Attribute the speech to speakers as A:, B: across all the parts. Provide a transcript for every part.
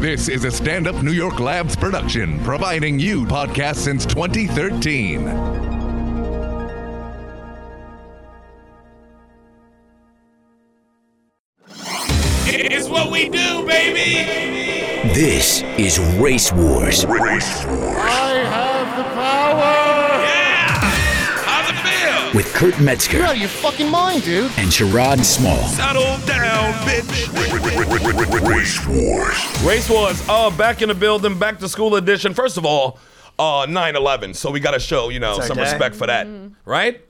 A: This is a stand up New York Labs production, providing you podcasts since 2013.
B: It's what we do, baby.
C: This is Race Wars
B: Yeah. How's it feel?
C: with Kurt Metzger
D: out of your fucking mind, dude.
C: and Sherrod Small.
B: Settle down, bitch.
A: Race Wars.
B: Race Wars, uh, back in the building, back to school edition. First of all, uh, 9-11, so we gotta show, you know,
E: It's our
B: some
E: day.
B: respect for that. Right?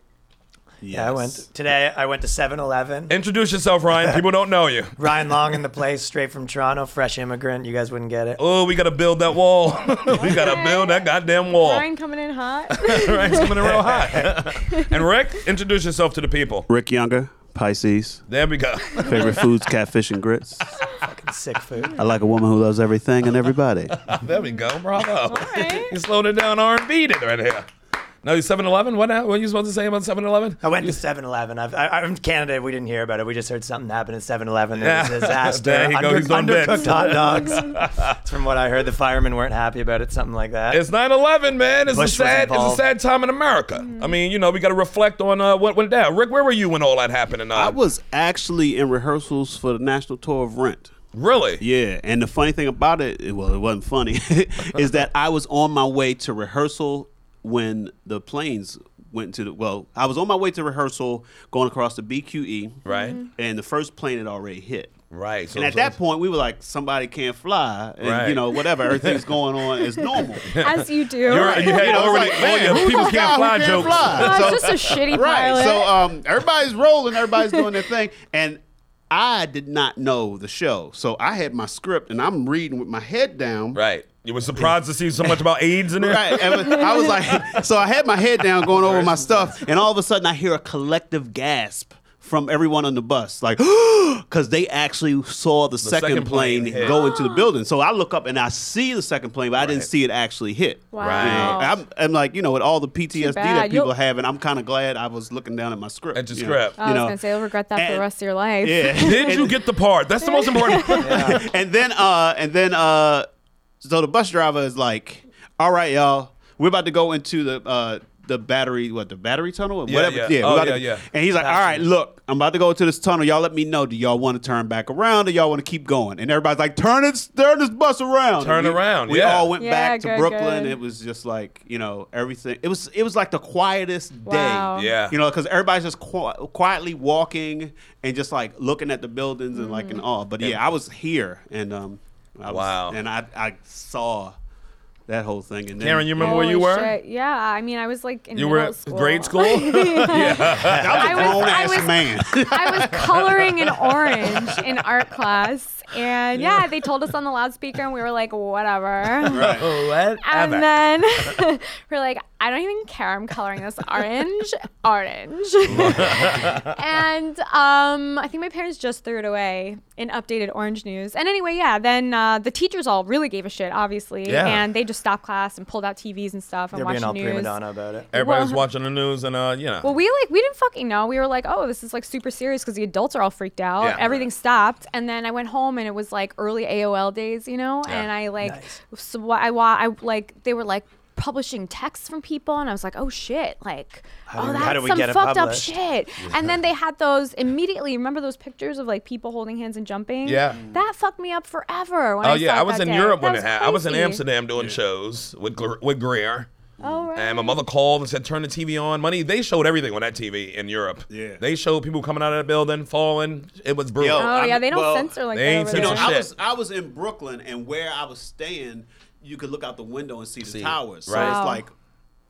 E: Yeah, I went today. I went to 7-Eleven.
B: Introduce yourself, Ryan. People don't know you.
E: Ryan Long in the place, straight from Toronto, fresh immigrant. You guys wouldn't get it.
B: Oh, we gotta build that wall. we gotta build that goddamn wall.
F: Ryan coming in hot.
B: Ryan's coming in real hot. and Rick, introduce yourself to the people.
G: Rick Younger, Pisces.
B: There we go.
G: Favorite foods, catfish and grits.
E: Fucking sick food.
G: I like a woman who loves everything and everybody.
B: There we go. Bravo.
F: right.
B: You slowed it down R&B did right here. No, 7-Eleven? What, what were you supposed to say about 7-Eleven?
E: I went to 7-Eleven. I've, I, I'm in Canada. We didn't hear about it. We just heard something happen at 7-Eleven. It was
B: Yeah.
E: a disaster.
B: There you go. He's doing
E: undercooked
B: bits.
E: hot dogs. That's from what I heard. The firemen weren't happy about it. Something like that.
B: It's 9-11, man. It's
E: Bush
B: a
E: was
B: sad, it's a
E: involved.
B: sad time in America. I mean, you know, we got to reflect on uh, what went down. Rick, where were you when all that happened? And uh,
G: I was actually in rehearsals for the national tour of Rent.
B: really,
G: Yeah, and the funny thing about it, it- well, it wasn't funny, is that I was on my way to rehearsal when the planes went to the. Well, I was on my way to rehearsal going across the BQE,
B: Right. Mhm.
G: Mm-hmm. And the first plane had already hit.
B: right. So,
G: and at
B: so-
G: that point, we were like, somebody can't fly, and
B: Right.
G: you know, whatever, everything's going on is normal.
F: As you do.
B: you're right. You had
G: I was
B: already
G: like,
B: all
G: man,
B: your
G: who's
B: people
G: this guy
B: can't
G: who
B: fly
G: can't
B: jokes.
G: fly?
F: Oh,
G: So-
F: it's just a shitty
G: Right.
F: pilot.
B: uh,
G: So um, everybody's rolling, everybody's doing their thing, and I did not know the show, so I had my script and I'm reading with my head down.
B: Right. You were surprised to see so much about AIDS in there.
G: Right, and I was like, so I had my head down going over my stuff, and all of a sudden I hear a collective gasp from everyone on the bus, like, because they actually saw the, second,
B: second plane
G: plane,
B: hit.
G: go into the building. So I look up and I see the second plane, but I didn't see it actually hit.
F: wow.
B: Right.
G: I'm, I'm like, you know, with all the PTSD that
F: bad. You'll- Oh,
G: people have, and I'm kind of glad I was looking down at my script.
B: At your
G: you
B: script.
G: Know,
F: I
G: you
F: was
G: know.
F: gonna say you'll regret that for the
G: and-
F: rest of your life.
G: Yeah.
B: Did you get the part? That's the most important.
G: and then, uh, and then, uh, so the bus driver is like, "All right, y'all, we're about to go into the uh, the battery, what the battery tunnel,
B: Yeah,
G: whatever."
B: yeah.
G: we're
B: Oh,
G: about
B: yeah,
G: to-
B: yeah.
G: And he's like, "All right, look, I'm about to go into this tunnel. Y'all, let me know. Do y'all want to turn back around, or y'all want to keep going?" And everybody's like, "Turn it, turn this bus around,
B: Turn
G: And we,
B: around,
G: We
B: yeah.
G: all went
F: Yeah,
G: back
F: good,
G: to Brooklyn.
F: good.
G: It was just like you know everything. It was it was like the quietest
F: Wow.
G: day.
B: Yeah.
G: you know, because everybody's just qu- quietly walking and just like looking at the buildings and like in awe. But yeah, I was here and um, I was,
B: Mm-hmm. Wow.
G: and I I saw that whole thing. And then,
B: Karen, you remember where
F: Holy
B: you were?
F: shit. Yeah, I mean, I was like in
B: You
F: middle
B: were at
F: school.
B: grade school. yeah.
G: I was a
F: I was-
G: grown
F: I
G: ass
F: was-
G: man.
F: I was coloring in orange in art class, and yeah, they told us on the loudspeaker, and we were like, whatever.
E: what?
F: And then we're like, I don't even care. I'm coloring this orange, orange. and um, I think my parents just threw it away in updated orange news. And anyway, yeah, then uh, the teachers all really gave a shit, obviously.
B: Yeah.
F: And they just stopped class and pulled out TVs and stuff and
E: They're
F: watched
E: being all
F: news.
E: prima donna about it.
B: Everybody
F: Well-
B: was watching the news, and uh, you know.
F: Well, we like we didn't fucking know. We were like, oh, this is like super serious because the adults are all freaked out.
B: Yeah.
F: Everything stopped, and then I went home and it was like early AOL days, you know. And I like,
E: Nice.
F: so wh- I wa- I like they were like publishing texts from people, and I was like, oh shit, like
E: do
F: oh
E: we-
F: that's
E: how do we
F: some
E: get it
F: fucked up
E: published?
F: shit. And then they had those immediately. Remember those pictures of like people holding hands and jumping?
B: Yeah.
F: that fucked me up forever. When
B: oh
F: I saw
B: yeah, I
F: it
B: was
F: that
B: in
F: day.
B: Europe
F: That
B: when it happened. I was in
F: crazy.
B: Amsterdam doing shows with Gre- with Greer.
F: Oh right.
B: And my mother called and said, "Turn the TV on." Money. They showed everything on that TV in Europe.
G: Yeah.
B: They showed people coming out of that building, falling. It was brutal.
G: Yo.
F: Oh yeah,
G: I'm-
F: they don't
G: well,
F: censor like
B: they
F: that
B: ain't
F: over
B: censor
F: there.
B: shit.
G: I was I was in Brooklyn, and where I was staying, you could look out the window and see the
B: See,
G: towers. So
B: right.
G: it's
F: Wow.
G: like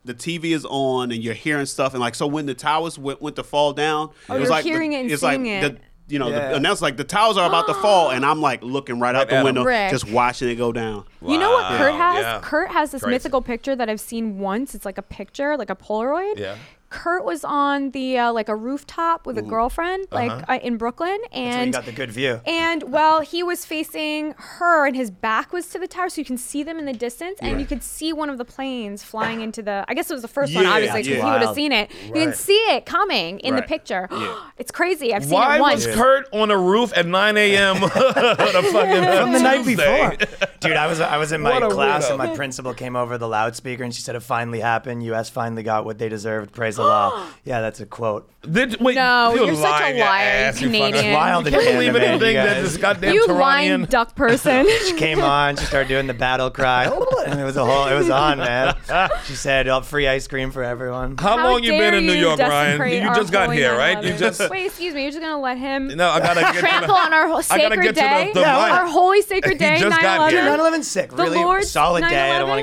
G: the TV is on, and you're hearing stuff, and like so when the towers went, went to fall down,
F: Oh,
G: it was
F: you're
G: like
F: hearing
G: the,
F: it and
G: it's
F: seeing
G: like
F: it.
G: the you know,
E: Yeah.
G: the, and that's like the towers are about to fall, and I'm like looking right out
B: at
G: the
B: 'em.
G: window,
F: Rick.
G: just watching it go down.
F: You know what Kurt
B: Wow,
F: has?
B: yeah.
F: Kurt has this
B: Crazy.
F: mythical picture that I've seen once. It's like a picture, like a Polaroid.
B: Yeah.
F: Kurt was on the uh, like a rooftop with a girlfriend,
B: Uh-huh.
F: like uh, in Brooklyn,
E: So you
F: and
E: got the good view.
F: and well, he was facing her, and his back was to the tower, so you can see them in the distance, and you could see one of the planes flying into the. I guess it was the first one,
B: Yeah,
F: obviously, because
B: yeah.
F: he would have
E: Wild.
F: seen it. You can
E: Right.
F: see it coming in the
B: Right.
F: picture. it's crazy. I've seen
B: Why
F: it once.
B: was Kurt on a roof at 9 a.m. on a fucking
E: from the night
B: Tuesday?
E: before. Dude, I was I was in my
B: What a
E: class
B: weirdo.
E: and my principal came over the loudspeaker and she said it finally happened. US finally got what they deserved. Praise Allah. Yeah, that's a quote.
B: Did, wait,
F: No, you're such a
B: lying
F: liar,
B: ass, you fucking-
F: Canadian.
E: Wild
B: I can't believe
E: Canada, man,
B: anything
E: you
B: that
E: guys.
B: this goddamn
F: you lying
B: Turanian.
F: duck person.
E: She came on, she started doing the battle cry. And it was a whole it was on, man. She said, oh, free ice cream for everyone.
B: How,
F: How
B: long you been
F: dare
B: in New
F: you
B: York, Ryan?
F: desecrate
B: You
F: our
B: just got
F: holy
B: here, right? You
F: 9/11.
B: just
F: wait. Excuse me. You're just gonna let him
B: no. I gotta get to the-
F: trample on our ho-
B: I gotta
F: sacred
B: get to the-
F: day,
B: the
E: vine.
F: our holy sacred day,
B: just got
F: 9/11.
B: here.
E: 9-11 's sick.
F: The
E: really
F: Lord's
E: solid day. I don't
F: 9/11?
E: want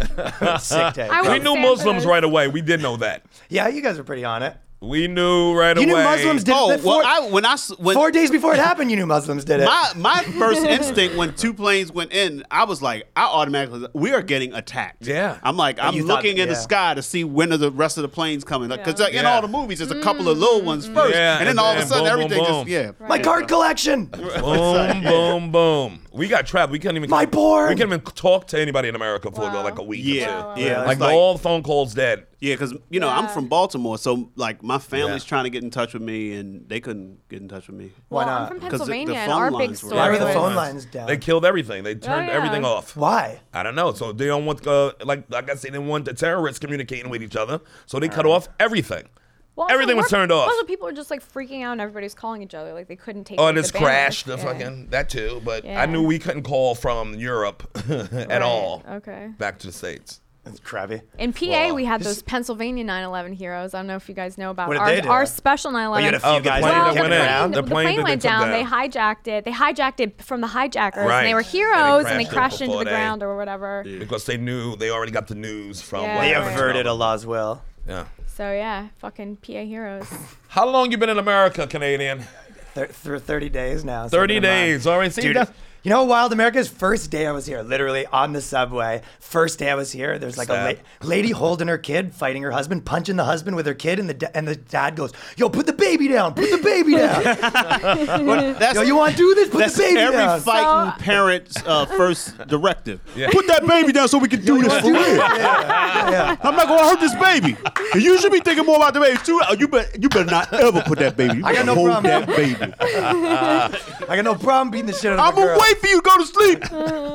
E: to get involved. sick day.
F: I
B: We
F: would-
B: knew
F: San
B: Muslims
F: Fernando.
B: right away. We did know that.
E: yeah, you guys were pretty on it.
B: We knew right
E: You
B: away.
E: knew Muslims did
G: Oh
E: it. Four,
G: well, I when I s- when
E: four days before it happened, you knew Muslims did it.
G: my my first instinct when two planes went in, I was like, I automatically was like, we are getting attacked.
B: Yeah.
G: I'm like, I'm
E: you thought-
G: looking in the
E: yeah.
G: sky to see when are the rest of the planes coming, because like, in
B: Yeah.
G: all the movies, there's a couple of little ones
F: Mm-hmm.
G: first,
B: Yeah,
G: and then
B: and
G: all of
B: then
G: a sudden
B: boom, boom,
G: everything
B: boom.
G: just yeah.
E: My card collection.
B: Boom, boom, boom. We got trapped. We couldn't even.
E: My board.
B: We couldn't even talk to anybody in America for
F: Wow.
B: like a week.
G: Yeah,
B: Or two.
G: yeah, it's
B: Like,
G: like-
B: all phone calls dead.
G: Yeah, because you know I'm
F: Yeah.
G: from Baltimore, so like my family's
B: Yeah.
G: trying to get in touch with me, and they couldn't get in touch with me.
E: Why
F: Well, I'm
E: not?
F: from
G: 'Cause the- the
F: Pennsylvania, and
G: phone
F: our
G: lines
F: big
G: were-
F: story.
E: Why were the
F: was-
E: phone lines down?
B: They killed everything. They turned
F: yeah.
B: everything off.
E: Why?
B: I don't know. So they don't want uh, like like I said, they didn't want the terrorists communicating with each other. So they cut off everything.
F: Well, also
B: everything was
F: work-
B: turned off.
F: Also, people were just like freaking out, and everybody's calling each other, like they couldn't take.
B: Oh,
F: like,
B: and it's
F: the banter.
B: crashed. The
F: Yeah.
B: fucking that too. But I
F: Yeah.
B: knew we couldn't call from Europe at
F: Right,
B: all.
F: okay.
B: Back to the states.
E: It's crabby.
F: In PA,
B: Wow.
F: we had those Pennsylvania 9/11 heroes. I don't know if you guys know about
E: What did
F: our,
E: they do?
F: our special 9/11.
E: Oh, you had a few
B: Oh, the
E: guys
B: plane
E: that
F: Well,
E: kept
B: went in.
E: it around.
B: The
F: the
B: plane
F: plane,
B: that they
F: went
B: took
F: down.
B: down.
F: They hijacked it. They hijacked it from the hijackers,
B: Right.
F: and they were
B: And they
F: heroes, and they
B: crashed it
F: crashed into
B: before
F: the
B: they-
F: ground or whatever.
B: Because they knew they already got the news from.
F: Yeah.
B: what
E: They
F: Right.
B: happened.
E: averted Allah's will.
B: Yeah.
F: So yeah, fucking PA heroes.
B: How long you been in America, Canadian?
E: Thir- thir- 30 days now.
B: 30
E: something in mind.
B: days. All right. See,
E: Dude,
B: that's-
E: you know, Wild America's first day I was here, literally on the subway. First day I was here, there's like
B: Sad.
E: a la- lady holding her kid, fighting her husband, punching the husband with her kid, and the da- and the dad goes, "Yo, put the baby down, put the baby down.
G: That's
E: Yo, you want to do this? Put
G: that's
E: the baby
G: every
E: down."
G: fighting
F: So-
G: parent's uh, first directive.
B: Yeah.
G: Put that baby down so we can do this for real. I'm not gonna hurt this baby. And you should be thinking more about the baby too. Oh, You better, you better not ever put that baby. You
E: I got
G: better
E: no
G: hold
E: problem.
G: that baby.
E: I got no problem beating the shit out of
G: I'm
E: a girl.
G: gonna
E: Mm-hmm.
G: wait for you to go to sleep.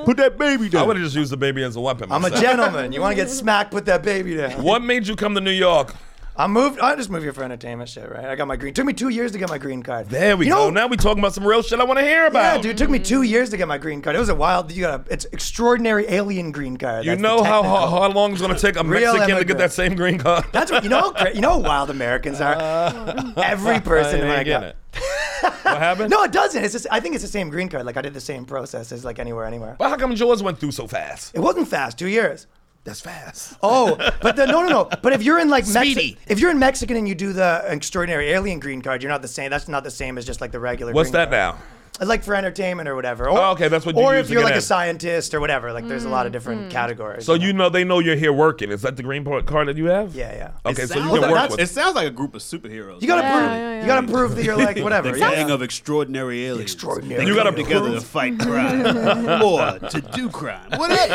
G: Put that baby
B: I
G: down.
B: would have just used the baby as a weapon.
E: I'm a
B: myself.
E: gentleman. You want to get smacked? Put that baby down.
B: What made you come to New York?
E: I moved. I just moved here for entertainment shit, right? I got my green. Took me two years to get my green card.
B: There we
E: You
B: go.
E: know-
B: now we talking about some real shit I want to hear about.
E: Yeah, dude, it took me two years to get my green card. It was a wild. You got a, it's extraordinary alien green card.
B: You
E: That's the
B: know how, how
E: technical.
B: how long it's gonna take a
E: Real
B: Mexican to get
E: immigrant.
B: that same green card?
E: That's what you know. How, cra- you know how wild Americans are. Every person in
B: I
E: my
B: ain't getting
E: car.
B: it. what happened?
E: No, it doesn't. It's just, I think it's the same green card. Like I did the same process as like anywhere, anywhere.
B: But how come yours went through so fast?
E: It wasn't fast. Two years.
B: That's fast.
E: Oh, but the, no, no, no. But if you're in like
B: Speedy.
E: Mexi- if you're in Mexican and you do the extraordinary alien green card, you're not the same. That's not the same as just like the regular.
B: What's that
E: green card.
B: now?
E: It's like for entertainment or whatever. Or,
B: Oh, okay, that's what you
E: Or
B: use
E: if
B: to
E: you're
B: get
E: like
B: in.
E: a scientist or whatever. Like there's a lot of different categories.
B: So you know they know you're here working. Is that the green part- card that you have?
E: Yeah, yeah.
B: Okay, so you
G: sounds
B: can
E: like
B: work
E: that's-
B: with.
G: It sounds like a group of superheroes.
E: You gotta
F: Yeah,
E: prove.
F: yeah, yeah.
E: You gotta prove that you're like whatever.
G: The
E: yeah.
G: gang of extraordinary aliens.
E: Extraordinary.
G: They
B: You
G: come
B: gotta
G: together
B: prove-
G: to fight crime or to do crime. Whatever.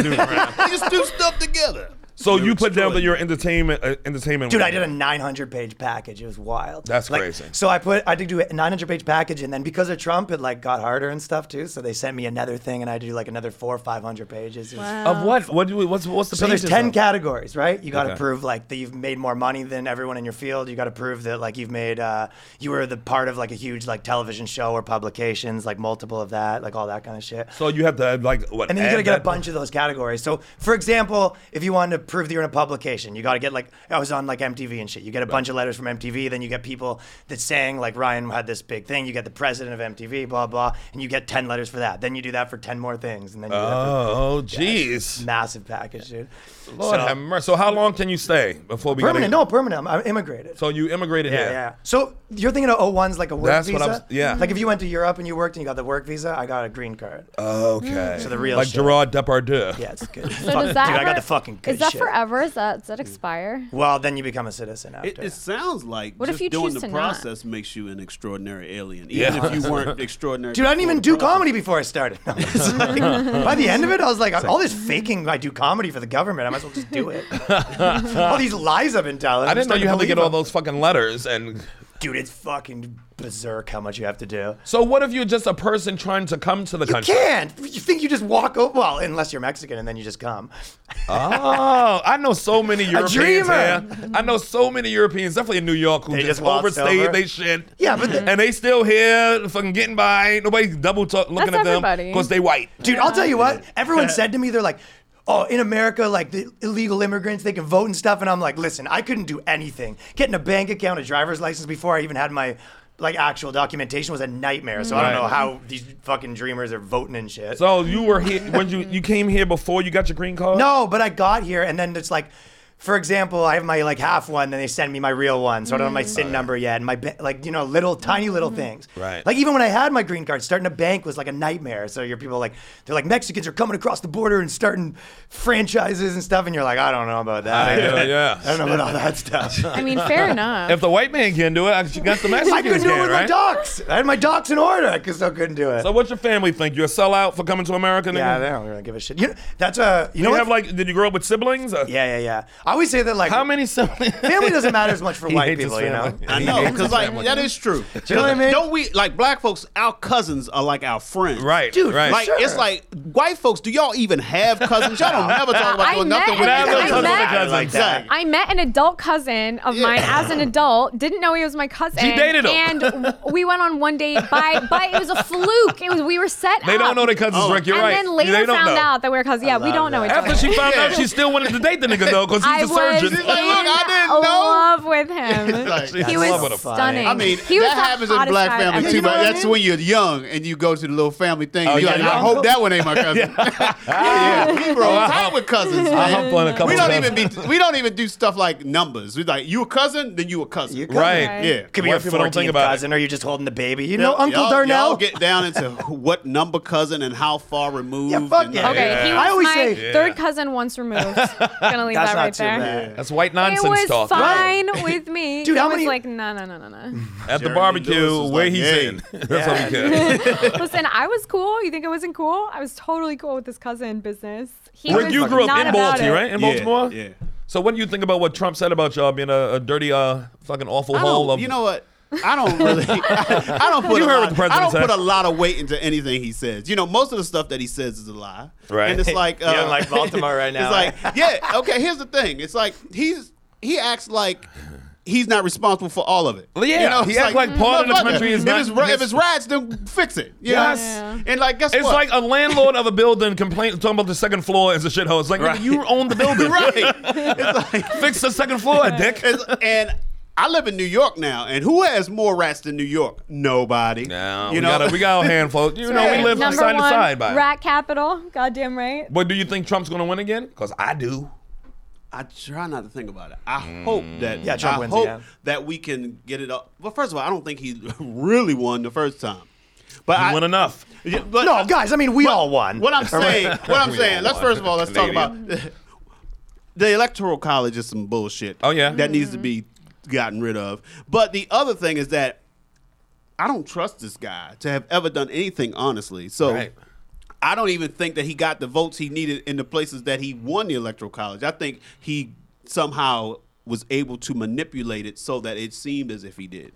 G: they just do stuff together.
B: So you
G: You're
B: put down that
G: extraordinary.
B: you're entertainment uh, entertainment.
E: Dude, I
B: woman.
E: did a 900 page package. It was wild.
B: That's
E: Like,
B: crazy.
E: So I put, I did do a 900 page package, and then because of Trump, it like got harder and stuff too. So they sent me another thing, and I had to do like another four or 500 pages. It was-
B: Of what? What do we, what's what's the
E: So there's
B: pages
E: 10
B: of?
E: categories, right? You got to
B: Okay.
E: prove like that you've made more money than everyone in your field. You got to prove that like you've made, uh, you were the part of like a huge like television show or publications, like multiple of that, like all that kind of shit.
B: So you have to like what?
E: And then you
B: add
E: gotta get a
B: that-
E: bunch of those categories. So, for example, if you wanted to prove that you're in a publication, you gotta get like I was on like MTV and shit. You get a bunch of letters from MTV, then you get people that saying like Ryan had this big thing. You get the president of MTV, blah blah, and you get ten letters for that. Then you do that for ten more things, and then you do that
B: Oh,
E: for
B: jeez.
E: massive package, dude.
B: Lord
E: so,
B: have mercy. So how long can you stay before we? gotta-
E: permanent? No, permanent. I'm, I'm immigrated.
B: So you immigrated
E: yeah,
B: here.
E: yeah. So you're thinking of O1's like a work
B: That's
E: visa?
B: what I was- yeah.
E: Like if you went to Europe and you worked and you got the work visa, I got a green card.
B: Okay. So
E: the real
B: like
E: shit.
B: Gerard Depardieu.
E: yeah, it's good.
F: So does that
E: dude, I
F: ever-
E: got the fucking good
F: Is that
E: shit.
F: forever? Is that, does that expire?
E: Well, then you become a citizen after.
G: It, it sounds like
F: What if
G: just
F: you
G: doing
F: choose
G: the
F: to not?
G: process makes you an extraordinary alien, even
B: Yeah.
G: if you weren't extraordinary.
E: Dude, I didn't
G: before
E: even
G: the
E: do
G: process.
E: comedy before I started. It's like, by the end of it, I was like, all this faking I do comedy for the government. I might as well just do it. all these lies I've been telling.
B: I
E: I'm
B: didn't know
E: starting
B: you had to get all
E: believe
B: those fucking letters. And
E: them. Dude, it's fucking berserk how much you have to do.
B: so, what if you're just a person trying to come to the
E: You
B: country?
E: can't. You think you just walk over? Well, unless you're Mexican and then you just come.
B: Oh, I know so many Europeans.
E: dreamer.
B: Yeah. I know so many Europeans, definitely in New York, who
E: They
B: just,
E: just waltzed
B: overstayed
E: over.
B: they shit.
E: Yeah, but the-
B: and they still here, fucking getting by. Ain't Nobody double talk, looking
F: That's
B: at them
F: everybody.
B: because they white.
E: Dude, I'll tell you what. Everyone said to me, they're like, "Oh, in America, like the illegal immigrants, they can vote and stuff." And I'm like, "Listen, I couldn't do anything. Getting a bank account, a driver's license before I even had my like actual documentation was a nightmare. So I
B: Right.
E: don't know how these fucking dreamers are voting and shit."
B: So you were here when you you came here before you got your green card.
E: no, but I got here, and then it's like. For example, I have my like half one, then they send me my real one, so I don't have my SIN number yet, and my ba- like you know little tiny little things.
B: Right.
E: Like even when I had my green card, starting a bank was like a nightmare. So your people like they're like Mexicans are coming across the border and starting franchises and stuff, and you're like, I don't know about that. I,
B: Yeah,
E: don't- I
B: yeah.
E: don't know about all that stuff.
F: I mean, fair enough.
B: If the white man can do it, I got the Mexicans
E: I couldn't do it
B: can,
E: with my
B: right?
E: docs. I had my docs in order. I just still couldn't do it.
B: So what's your family think? You a sellout for coming to America? Nigga?
E: yeah, they don't really give a shit. You know, that's a you
B: You
E: know what?
B: have like, did you grow up with siblings? Or-
E: yeah, yeah, yeah. I always say that like
B: How many siblings?
E: family doesn't matter as much for
B: He
E: white
B: hates his
E: people, you know.
B: family.
G: I know, because like that is true.
E: you know what I mean?
G: Don't we like black folks? Our cousins are like our friends,
B: Right,
E: Dude,
B: right.
G: Like
E: Sure.
G: it's like white folks. Do y'all even have cousins? Y'all don't never talk about
F: I
G: doing
F: met
G: nothing
F: and-
G: with your
B: Never
F: I
G: cousins.
B: touch
F: met-
B: the cousins.
E: Like that.
G: Exactly.
F: I met an adult cousin of mine as an adult. Didn't know he was my cousin.
B: She dated him.
F: And w- we went on one date by, but it was a fluke. It was we were set
B: They
F: up.
B: don't know their cousins,
G: Oh.
B: Rick. You're
F: and
B: right.
F: then later
B: they don't
F: found
B: know.
F: out that we are cousins. Yeah, we
E: love
F: don't know
E: that.
F: each other.
B: After she found out, she still wanted to date the nigga though, because
F: I
B: he's a
F: was
B: surgeon.
F: in
G: like, "Look, I didn't know."
F: love with him.
G: Like,
F: he
E: I
F: was
E: love it.
F: stunning.
G: I mean,
F: he was
G: that
F: the
G: happens in
F: hottest
G: black
F: guy
G: family
F: ever.
G: too.
E: You know
G: But
E: what I
G: that's
E: mean?
G: when you're young and you go to the little family thing.
B: Oh,
G: you're
B: yeah,
G: like,
B: yeah.
G: I hope that one ain't my cousin. yeah, we roll tight with cousins.
B: I
G: man.
B: hop on a couple
G: We don't even
B: cousins.
G: be. We don't even do stuff like numbers. We like you a cousin, then you a cousin.
E: You cousin.
B: Right.
G: Yeah.
E: Could be
B: White
E: your
B: people don't think
E: 14th
B: about it.
E: cousin, or you're just holding the baby. You know,
G: Y'all-
E: Uncle
G: y'all-
E: Darnell.
G: Y'all get down into what number cousin and how far removed.
E: Yeah, fuck
G: and
E: yeah.
G: all
F: Okay,
G: that.
F: he
E: I
F: was
E: always
F: my
E: say-
F: third cousin once removed. Gonna leave
E: That's
F: that right
E: not too
F: there.
E: bad.
B: That's white
F: It
B: nonsense
F: was
B: talk
F: fine with me.
E: Dude,
F: He
E: how
F: was
E: many-
F: like, no, no, no, no, no.
B: at the
G: Jeremy
B: barbecue
G: Lewis is
B: where
G: like,
B: he's
G: "Yay."
B: in. That's what we care.
F: Listen, I was cool. You think I wasn't cool? I was totally cool with this cousin business. He
B: Rick,
F: was
B: you grew up
F: not
B: in
F: about
B: Baltimore,
F: it.
B: right? In
G: Yeah,
B: Baltimore.
G: yeah.
B: So what do you think about what Trump said about y'all being a, a dirty, uh, fucking awful
G: I
B: hole
G: don't.
B: of?
G: You know what? I don't really. I, don't put.
B: You
G: a
B: heard
G: lot,
B: what the president
G: I don't
B: said.
G: put a lot of weight into anything he says. You know, most of the stuff that he says is a lie.
B: Right.
G: And it's like uh,
E: You don't like Baltimore right now,
G: It's like yeah. Okay. Here's the thing. It's like he's he acts like. He's not responsible for all of it.
B: Well, yeah,
G: you know,
B: he
G: it's
B: act like part of the
G: motherfucker,
B: country is
G: if
B: not
G: It's, ra- if
B: his-
G: it's rats, then fix it. You
B: Yes.
G: know?
B: Yeah.
G: And like, guess
B: It's
G: what?
B: like a landlord of a building complain talking about the second floor is a shithole. It's like nigga, you own the building.
G: right. It's like
B: Fix the second floor, dick.
G: It's- and I live in New York now, and who has more rats than New York? Nobody.
B: No,
G: you
B: we,
G: know,
B: got a, we got our handful. You know, we live from
F: Number
B: side
F: one,
B: to side by. it.
F: Rat capital. Goddamn right.
B: But do you think Trump's gonna win again? Cause I do.
G: I try not to think about it. I hope that
E: Yeah, Trump
G: I
E: wins
G: hope
E: again.
G: that we can get it up. Well, first of all, I don't think he really won the first time. But
B: You
G: I,
B: win enough.
G: Yeah, but
E: No, guys, I mean, we all won.
G: What I'm saying, what I'm saying. Let's
B: won.
G: first of all, let's talk about the electoral college is some bullshit.
B: Oh, yeah?
G: that needs to be gotten rid of. But the other thing is that I don't trust this guy to have ever done anything honestly. So.
B: Right.
G: I don't even think that he got the votes he needed in the places that he won the electoral college. I think he somehow was able to manipulate it so that it seemed as if he did.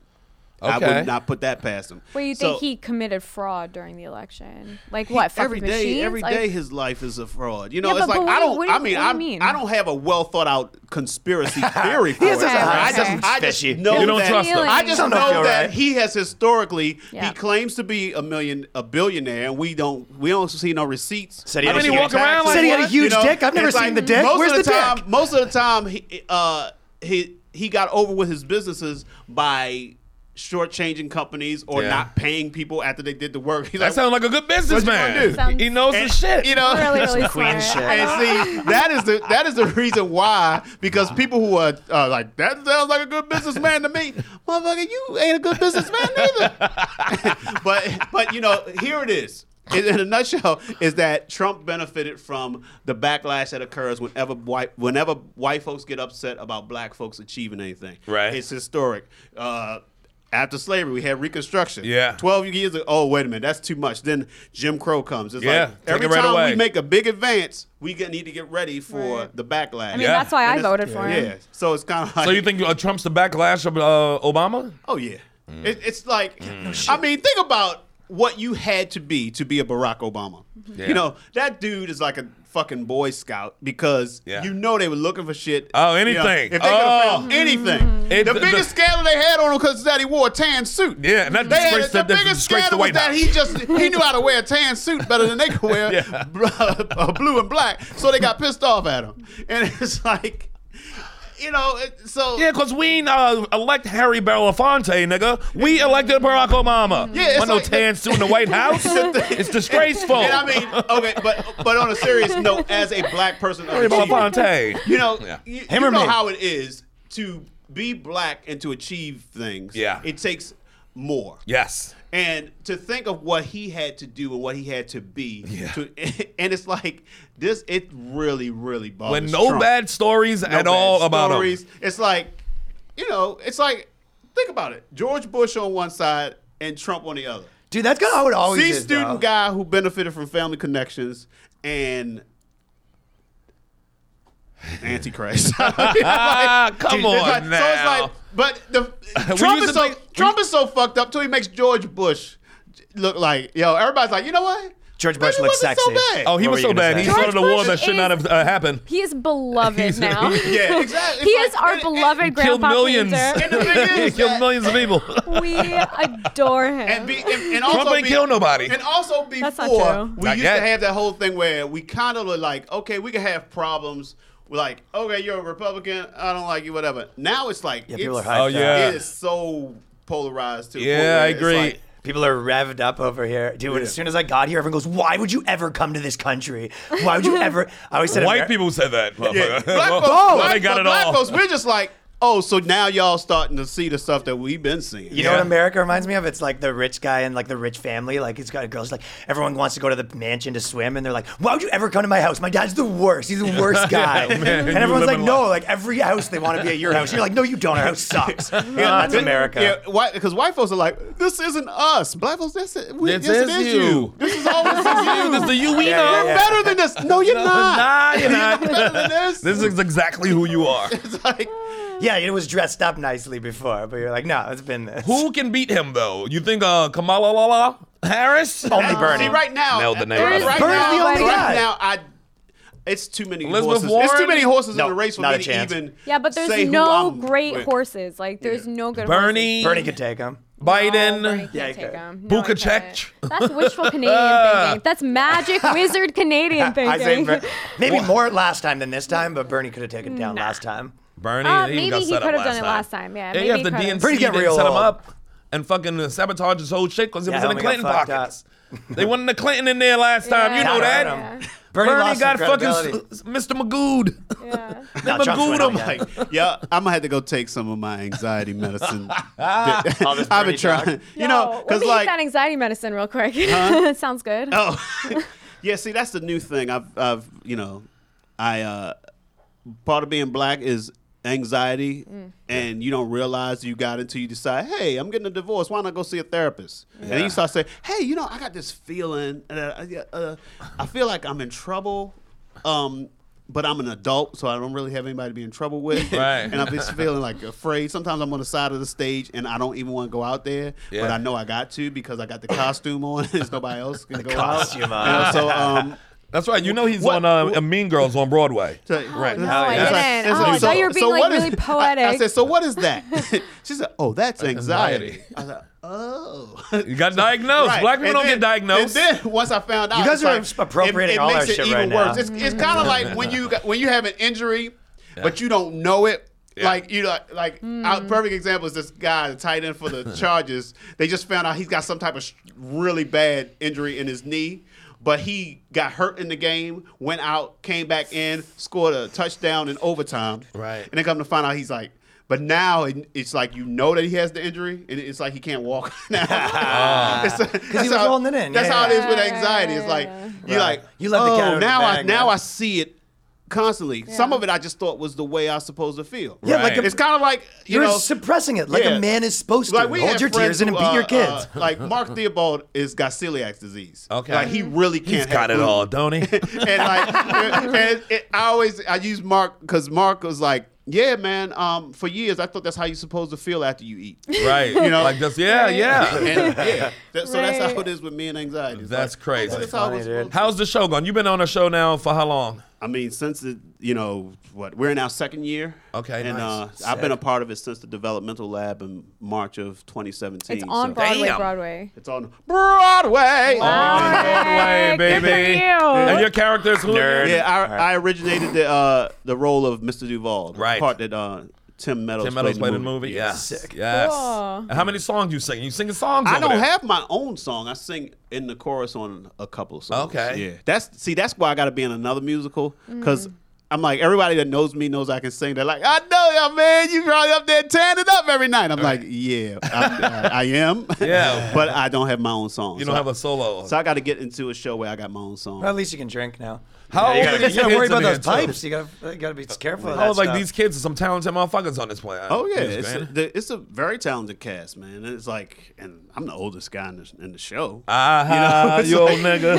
G: I
B: Okay.
G: would not put that past him.
F: Well, you
G: So-
F: think he committed fraud during the election? Like what? fuck
G: every
F: with
G: day,
F: machines?
G: every
F: Like,
G: day his life is a fraud. You know,
F: Yeah,
G: it's
F: but-
G: like
F: but
G: I
F: what do you-
G: don't.
F: what do
G: I
F: you-
G: mean,
F: what do you
G: I'm-
F: mean?
G: I don't have a well thought out conspiracy theory for
E: has
G: it.
E: his eyes.
G: I just,
F: Something's
G: I just
E: fishy.
G: know
B: You don't
G: that,
B: trust him.
G: I just
E: Something don't
G: know
E: feel
G: that
E: right.
G: he has historically.
F: Yeah.
G: He claims to be a million, a billionaire, and we don't. We don't see no receipts.
E: Said he
G: I
E: had
G: mean,
E: a
G: he
E: huge-
G: walk around like
E: said he had a
G: what?
E: huge dick? I've never
G: it's
E: seen the dick.
G: Most
E: Where's
G: of the,
E: the dick?
G: time, most of the time, he uh, he he got over with his businesses by. Shortchanging companies or
B: Yeah.
G: not paying people after they did the work. He's
B: That
G: like,
B: sounds like a good
G: gonna
B: businessman.
G: do?
F: Sounds-
B: He knows his shit.
G: you know,
F: Really, really
E: queen
F: smart.
E: shit.
F: I don't-
G: and see, that is the that is the reason why because people who are uh, like that sounds like a good businessman to me, motherfucker, you ain't a good businessman either. but but you know, here it is. in, in a nutshell, is that Trump benefited from the backlash that occurs whenever white whenever white folks get upset about black folks achieving anything.
B: Right.
G: It's historic. Uh, after slavery, we had Reconstruction.
B: Yeah.
G: Twelve years ago. Oh, wait a minute, that's too much. Then Jim Crow comes. It's
B: Yeah,
G: like
B: take
G: every
B: it right
G: time
B: away.
G: we make a big advance, we get, need to get ready for the backlash.
F: I mean,
B: Yeah.
F: that's why I
G: And it's-
F: voted for him.
G: Yeah. So it's kind of like.
B: So you think uh, Trump's the backlash of uh, Obama?
G: Oh yeah.
B: Mm.
G: It, it's like I mean, think about what you had to be to be a Barack Obama.
B: Mm-hmm. Yeah.
G: You know that dude is like a fucking Boy Scout because
B: Yeah.
G: you know they were looking for shit.
B: Oh,
G: you know,
B: anything.
G: if they could
B: Oh.
G: have found
F: Mm-hmm.
G: anything.
B: It-
G: the,
B: the-
G: biggest scandal they had on him because that he wore a tan suit.
B: Yeah, and that
G: They had,
B: disgraced
G: the,
B: the-
G: biggest
B: disgraced the
G: scandal
B: White
G: was that
B: House.
G: he just he knew how to wear a tan suit better than they could wear
B: Yeah.
G: bl- uh, blue and black. So they got pissed off at him, and it's like, you know, it- so
B: Yeah, because we uh, elect Harry Belafonte, nigga. We elected Barack Obama.
F: Mm-hmm.
G: Yeah, it's
B: Want no
G: like-
B: tan suit in the White House? it's disgraceful.
G: And I mean, okay, but but on a serious note, as a black person, of
B: Harry
G: achievement,
B: Belafonte.
G: you know,
B: Yeah.
G: you,
E: Him
G: you
E: or
G: know
E: me?
G: how it is to be black and to achieve things.
B: Yeah.
G: it takes more.
B: Yes.
G: And to think of what he had to do and what he had to be, to, and it's like this. It really, really bothers.
B: With no
G: Trump.
B: bad stories
G: No
B: at
G: bad
B: all about him.
G: stories. It's like, you know, it's like, think about it. George Bush on one side and Trump on the other.
E: Dude, that's kind of how it always
G: C
E: is.
G: student
E: though.
G: guy who benefited from family connections and antichrist.
B: Ah, come
G: It's
B: on
G: like- So it's
B: now.
G: like, but the Trump
B: used
G: is
B: to
G: so
B: think- we-
G: Trump is so fucked up till he makes George Bush look like yo. Everybody's like, you know what?
E: George
G: Maybe
E: Bush
G: it
E: looks
G: wasn't
E: sexy.
G: So bad.
B: oh, he
E: What
B: was
E: were
B: so
E: you gonna
B: bad. He
E: say?
B: started a
F: George
B: war that
F: Bush
B: should not
F: is-
B: have uh, happened.
F: He is beloved
B: He's-
F: now.
G: yeah, exactly.
F: He
G: It's
F: is
G: like-
F: our
G: and- and-
F: beloved
B: Killed
F: grandpa
B: millions.
F: Painter.
G: is
B: he killed
G: that-
B: millions of people.
F: We adore him.
G: And, be, and, and also
B: ain't
G: be,
B: kill nobody.
G: And also
F: That's not
G: before
F: true.
G: we
B: Not
G: used
B: yet.
G: to have that whole thing where we kind of were like, okay, we can have problems. We're like, okay, you're a Republican. I don't like you, whatever. Now it's like,
E: Yeah, people
G: it's,
E: are hyped
B: Oh,
E: up.
B: yeah.
G: it is so polarized too.
B: yeah, I agree.
E: People are revved up over here. Dude, as soon as I got here, everyone goes, Why would you ever come to this country? Why would you ever? I always said,
B: White
E: Ameri-
B: people said that.
G: yeah.
B: motherfucker.
G: black
B: Well,
G: folks,
B: well,
G: black,
B: they got
G: but
B: it
G: black
B: all.
G: folks, we're just like, oh, so now y'all starting to see the stuff that we've been seeing.
E: You
G: yeah.
E: know
B: Yeah.
E: what America reminds me of? It's like the rich guy and like the rich family. Like it's got a girl's like everyone wants to go to the mansion to swim, and they're like, "Why would you ever come to my house? My dad's the worst. He's the worst guy."
B: man,
E: and
B: you
E: everyone's
B: live
E: like,
B: in
E: "No,
B: life.
E: like every house they want to be at your house." You're like, "No, you don't. Our house sucks." yeah, that's America.
G: Yeah, white because white folks are like, this isn't us. Black folks, this is, we,
B: This
G: yes, it
B: is
G: is
B: you.
G: you. This is always you.
B: This is the you we
E: Yeah,
B: know.
E: yeah,
G: You're better than this. No, you're not.
B: Nah, you're not.
G: better than this.
B: This is exactly who you are.
G: It's like,
E: Yeah, it was dressed up nicely before, but you're like, "No, it's been this."
B: Who can beat him though? You think uh, Kamala Lala Harris?
E: Only Bernie.
G: see, right now,
B: Oh, Nailed the name
G: right,
B: out of it.
E: Bernie's
G: now,
E: the only
G: right
E: guy.
G: now, I. It's too many
B: Elizabeth
G: horses. It's
B: Warren?
G: too many horses
E: No,
G: in the race for
E: not
G: me
E: a
G: to
E: chance.
G: even.
F: yeah, but
G: say
F: there's
G: who
F: no
G: I'm
F: great
G: with.
F: horses. Like there's no good
B: Bernie,
E: Bernie could take him.
F: horses.
B: Biden.
F: No, Bernie can't
E: he
F: take
E: could.
F: 'em. No,
B: Buka
F: he couldn't.
B: check.
F: That's wishful Canadian thinking. That's magic wizard Canadian
E: I say
F: thinking.
E: Ber- maybe more last time than this time, but Bernie could have taken down last time.
B: Bernie,
F: Uh,
B: he
F: maybe
B: got
F: he
B: set up
F: could've done
B: last
F: it
B: time.
F: last time.
B: yeah
F: Yeah,
B: you
F: maybe he
B: have the
F: could've.
B: DNC
E: Pretty get
B: didn't
E: real
B: set him
E: old.
B: up and fucking sabotage his whole shit because he
E: Yeah,
B: was in
E: Hillman
B: the Clinton
E: got fucked
B: pockets. They wanted the Clinton in there last time. You know
E: Gotta
B: that.
E: hurt 'em.
B: Bernie,
E: lost
B: got
E: some
B: fucking
E: credibility.
B: s- Mr. Magood.
F: Yeah.
B: They
E: No, Trump's
B: Magood
E: winning,
B: him.
E: yeah.
G: Like, yeah, I'm gonna have to go take some of my anxiety medicine.
E: this
G: I've been
E: Bernie talk.
G: trying, you know,
F: let
G: because
F: me
G: like,
F: hit that anxiety medicine real quick. Sounds good.
G: oh, yeah. See, that's the new thing. I've, I've, you know, I uh, part of being black is anxiety, and you don't realize you got it until you decide, hey, I'm getting a divorce. Why not go see a therapist? And then you start saying, hey, you know, I got this feeling, and uh, uh, I feel like I'm in trouble. Um, but I'm an adult, so I don't really have anybody to be in trouble with.
B: Right.
G: and I'm just feeling like afraid. Sometimes I'm on the side of the stage and I don't even want to go out there, but
B: Yeah.
G: I know I got to because I got the costume on. There's nobody else can go out.
E: costume on.
G: You know, so um,
B: That's right. You know he's
G: What-
B: on uh, Mean Girls on Broadway.
G: so-
B: Right.
F: no, I
G: Oh, That's
F: didn't.
G: that's
F: Oh, I thought you were being, like,
G: what is-
F: really
G: I, I
F: poetic.
G: said, so what is that? she said, oh, that's
B: anxiety.
G: anxiety. I was like, oh.
B: You got diagnosed.
G: Right.
B: Black people
G: And
B: don't
G: then-
B: get diagnosed.
G: And then once I found out,
E: guys
G: it's
E: are
G: like, it-
E: appropriating all our
G: makes
E: shit
G: it even
E: right now.
G: worse. It's, it's kind of like when you got, when you have an injury, but you don't know it. Like you know, like our
E: Mm.
G: perfect example is this guy, the tight end for the Chargers. They just found out he's got some type of sh- really bad injury in his knee. But he got hurt in the game, went out, came back in, scored a touchdown in overtime.
B: Right.
G: And then come to find out he's like,
D: But now it, it's like you know that he has the injury, and it's like he can't walk now. Because
E: was holding it in.
D: That's
E: Yeah,
D: how
E: yeah.
D: it is with anxiety. It's like you
E: Right.
D: like
E: You let the
D: oh,
E: cat out of the
D: now I
E: bag,
D: now
E: man."
D: I see it constantly. Some of it I just thought was the way I was supposed to feel.
E: Yeah, like
B: Right.
E: a-
D: it's kind of like you
E: You're
D: know
E: suppressing it like
D: yeah.
E: a man is supposed to.
D: like we
E: Hold
D: had
E: your
D: friends
E: tears in and
D: who,
E: beat your
D: uh,
E: kids.
D: uh, like Mark Theobald is got celiac disease.
B: Okay.
D: like he really can't.
B: He's got
D: have food.
B: it all, don't he?
D: and like, and it, I always I use Mark because Mark was like, yeah, man. Um, for years I thought that's how you're supposed to feel after you eat.
B: right.
D: You know?
B: like just yeah, yeah.
D: And yeah, that, so that's how
F: Right.
D: it is with me and anxiety. It's
B: That's
D: like,
B: crazy.
D: that's how it was supposed to-
B: How's the show going? You've been on a show now for how long?
G: I mean, since it, you know what, we're in our second year.
B: Okay,
G: and
B: nice.
G: uh, I've been a part of it since the developmental lab in March of 2017.
F: It's on
G: so-
F: Broadway.
B: Damn.
F: Broadway.
G: It's on Broadway.
B: Broadway,
F: Good for
B: baby.
F: you.
B: And your character's who? Nerd.
G: Yeah, I, I originated the uh, the role of Mr. Duval, the
B: Right.
G: part that uh, Tim Meadows,
B: Tim Meadows
G: played
B: played
G: in
B: in the movie. Yes.
E: Sick.
B: Yes.
F: Cool.
B: And how many songs you sing? You singing songs?
G: I
B: over
G: don't
B: there?
G: have my own song. I sing in the chorus on a couple of songs.
B: Okay.
G: Yeah. That's see, that's why I got to be in another musical because. I'm like everybody that knows me knows I can sing. They're like, I know y'all, man. You probably up there tearing it up every night. I'm like, yeah, I'm, I, I am.
B: Yeah.
G: but I don't have my own song.
B: You don't
G: so
B: have a solo.
G: so I got to get into a show where I got my own song.
E: Well, at least you can drink now.
B: How
E: you
B: old
E: gotta,
B: are these
E: you gotta
B: kids
E: worry
B: in
E: about
B: here,
E: those
B: too?
E: pipes. Uh, You gotta, you gotta be careful. Of that
B: I was like,
E: stuff.
B: these kids are some talented motherfuckers on this planet.
G: Oh yeah,
B: Jesus,
G: it's,
B: man.
G: the, it's a very talented cast, man. And It's like, and I'm the oldest guy in the, in the show.
B: Ah, you, old nigga.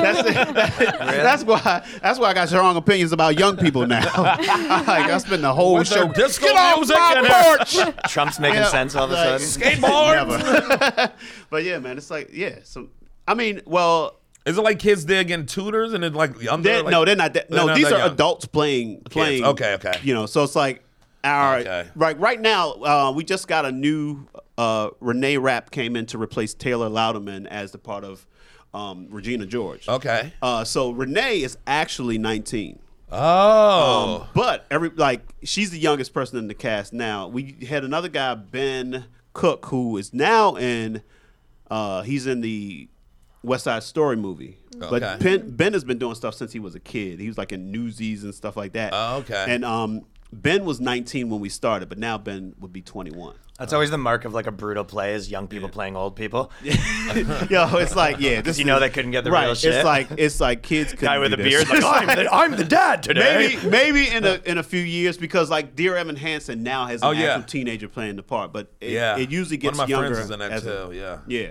G: that's, that's why that's why I got strong opinions about young people now. like I spend the whole
B: With their
G: show
B: disco
G: get off
B: music
G: my
B: and their-
G: porch.
E: Trump's making
G: You know,
E: sense all of a
G: like,
E: sudden.
G: Skateboard. but yeah, man, it's like yeah. So I mean, well,
B: Is it like kids there getting tutors and then like under?
G: they're,
B: like,
G: no, they're not. That,
B: they're
G: no,
B: not
G: these
B: that
G: are
B: young.
G: adults playing playing.
B: Okay, okay.
G: You know, so it's like our
B: Okay.
G: right right now. Uh, we just got a new uh, Renee Rapp came in to replace Taylor Louderman as the part of um, Regina George.
B: Okay.
G: Uh, so Renee is actually 19.
B: Oh.
G: Um, But every like she's the youngest person in the cast now. We had another guy Ben Cook who is now in uh he's in the West Side Story movie. But
B: Okay.
G: ben, ben has been doing stuff since he was a kid. He was like in Newsies and stuff like that.
B: Oh, okay.
G: And um Ben was 19 when we started, but now Ben would be 21.
E: That's always the mark of like a brutal play is young people playing old people.
G: Yo, it's like yeah, this
E: you
G: is-
E: know they couldn't get the
G: right.
E: real shit.
G: It's like it's like kids.
E: Guy
G: couldn't
E: with
G: do
E: a
G: this.
E: beard, like "Oh, I'm the, I'm the dad today.
G: maybe maybe in a in a few years because like dear Evan Hansen now has an
B: Oh, yeah.
G: actual teenager playing the part, but it,
B: Yeah.
G: it usually
B: One of
G: gets
B: my
G: younger.
B: friends is in that
G: as a-
B: too, yeah.
G: yeah.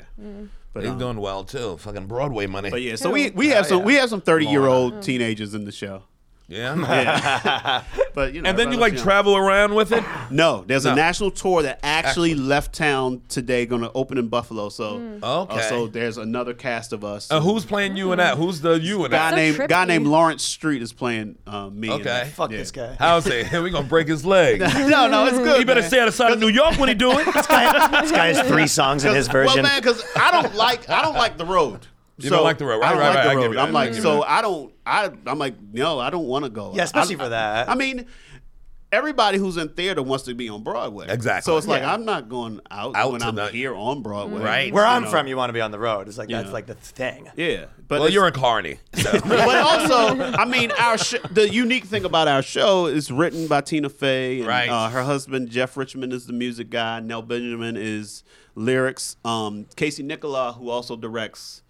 G: But,
B: He's
G: um,
B: doing well too. Fucking Broadway money.
G: but yeah, so we, we
B: Oh,
G: have some we have some thirty year old teenagers in the show.
B: Yeah.
G: Yeah. but you know,
B: And then you
G: everybody looks
B: like
G: young.
B: travel around with it.
G: No, there's
B: No.
G: a national tour that actually left town today, going to open in Buffalo. So
B: Okay.
G: uh, so there's another cast of us.
B: Uh, who's playing you in that? Who's the you in
G: guy
B: that?
G: named
F: trippy.
G: guy named Lawrence Street is playing uh, me. in
B: Okay.
G: that.
E: Fuck
G: Yeah.
E: this guy.
B: How's it? We gonna break his leg.
G: No, no, it's good.
B: He better
G: man.
B: stay outside of New York when he do it.
E: this guy has three songs in his
G: 'Cause-
E: version.
G: Well, man, because I don't like I don't like the road.
B: You don't like the road, right,
G: I don't
B: right,
G: like
B: right, I
G: the
B: give you
G: road.
B: that, Mm-hmm.
G: I'm
B: I
G: like,
B: give you
G: so I don't. I I'm like, no, I don't want to go.
E: Yeah, especially
G: I-
E: for that.
G: I mean, everybody who's in theater wants to be on Broadway.
B: Exactly.
G: So it's like
E: Yeah.
G: I'm not going out,
B: Out
G: when
B: to
G: I'm
B: the-
G: here on Broadway.
B: Right.
E: Where I'm
G: know.
E: from, you want to be on the road. It's like that's
G: Yeah.
E: like the thing.
G: Yeah, but
B: well,
G: it's-
B: you're in Carney. So.
G: but also, I mean, our sh- the unique thing about our show is written by Tina Fey. And,
B: Right.
G: Uh, her husband Jeff Richmond is the music guy. Nell Benjamin is lyrics. Um, Casey Nicola, who also directs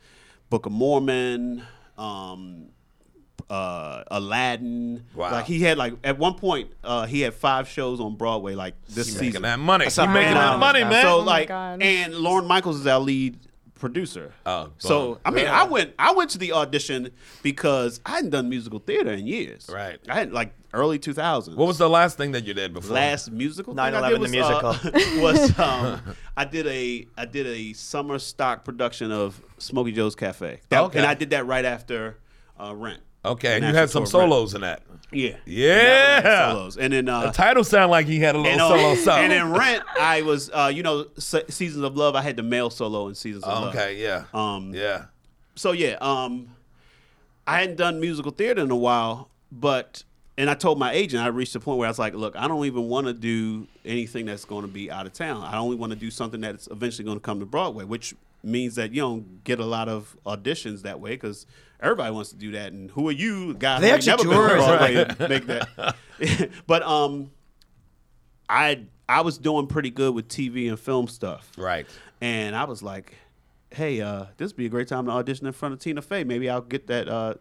G: Book of Mormon. Um, uh, Aladdin.
B: Wow.
G: Like he had like at one point uh, he had five shows on Broadway like this
B: making
G: season.
B: that money. You
E: saw
B: making
E: Brandon
B: that
E: Allen
B: money,
E: was
B: man.
G: So
F: Oh my
G: like,
F: God.
G: and Lauren Michaels is our lead producer.
B: Oh,
G: so
B: boom.
G: I mean,
B: Yeah.
G: I went, I went to the audition because I hadn't done musical theater in years.
B: Right.
G: I had like early 2000s.
B: what was the last thing that you did before?
G: last musical? thing I
E: 9/11
G: did
E: the
G: was, uh, was um, I did a I did a summer stock production of Smokey Joe's Cafe. That-
B: Okay.
G: And I did that right after uh, Rent.
B: Okay, and
G: An
B: you
G: actual
B: had some
G: tour of Rent.
B: solos in that.
G: Yeah.
B: Yeah.
G: That was Solos. And then uh,
B: The title sound like he had a little
G: and, uh,
B: solo song.
G: and in Rent, I was, uh, you know, Se- Seasons of Love. I had the male solo in Seasons of Love.
B: Oh, okay, yeah.
G: Um,
B: yeah.
G: So yeah, um, I hadn't done musical theater in a while, but and I told my agent, I reached a point where I was like, look, I don't even want to do anything that's going to be out of town. I only want to do something that's eventually going to come to Broadway, which means that you don't get a lot of auditions that way because everybody wants to do that. And who are you, guys?
E: They
G: who ain't
E: actually
G: never been to
E: tours,
G: Broadway to make that. but um, I I was doing pretty good with TV and film stuff.
B: Right.
G: And I was like, hey, uh, this would be a great time to audition in front of Tina Fey. Maybe I'll get that uh,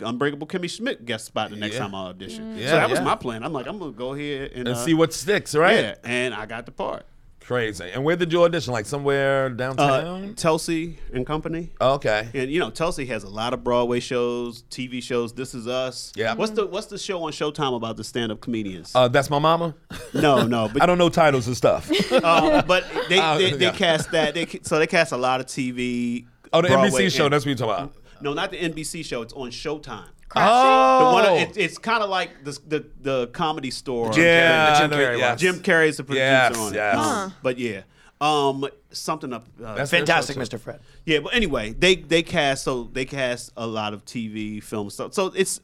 G: Unbreakable Kimmy Schmidt guest spot the next
B: Yeah.
G: time I audition.
B: Yeah,
G: so that was
B: yeah.
G: my plan. I'm like, I'm going to go here and,
B: And
G: uh,
B: see what sticks, right?
G: Yeah, and I got the part.
B: Crazy. And where did you audition? Like somewhere
G: Uh,
B: downtown? Oh,
G: Telsey and Company.
B: okay.
G: And you know, Tulsi has a lot of Broadway shows, TV shows. This is Us.
B: Yeah.
G: What's the What's the show on Showtime about the stand up comedians?
B: Uh, that's my mama.
G: no, no.
B: I
G: But
B: don't know titles and stuff.
G: uh, but they,
B: Uh,
G: they, they
B: yeah.
G: cast that. They ca- so they cast a lot of TV.
B: Oh, the
G: Broadway
B: NBC show.
G: and-
B: that's what you're talking about.
G: no, not the NBC show. It's on Showtime. The
B: Oh,
G: one- it- it's kind of like the, the the comedy store.
B: Oh, yeah,
E: Jim
B: I know,
E: Carrey
B: yes.
E: one.
G: Jim Carrey is the producer
B: Yes,
G: on it.
B: yes.
G: Um, but yeah, um, something up. Uh,
B: That's their
E: Fantastic,
B: show, too.
E: Mr. Fred.
G: Yeah, but anyway, they they cast so they cast a lot of TV film stuff. So it's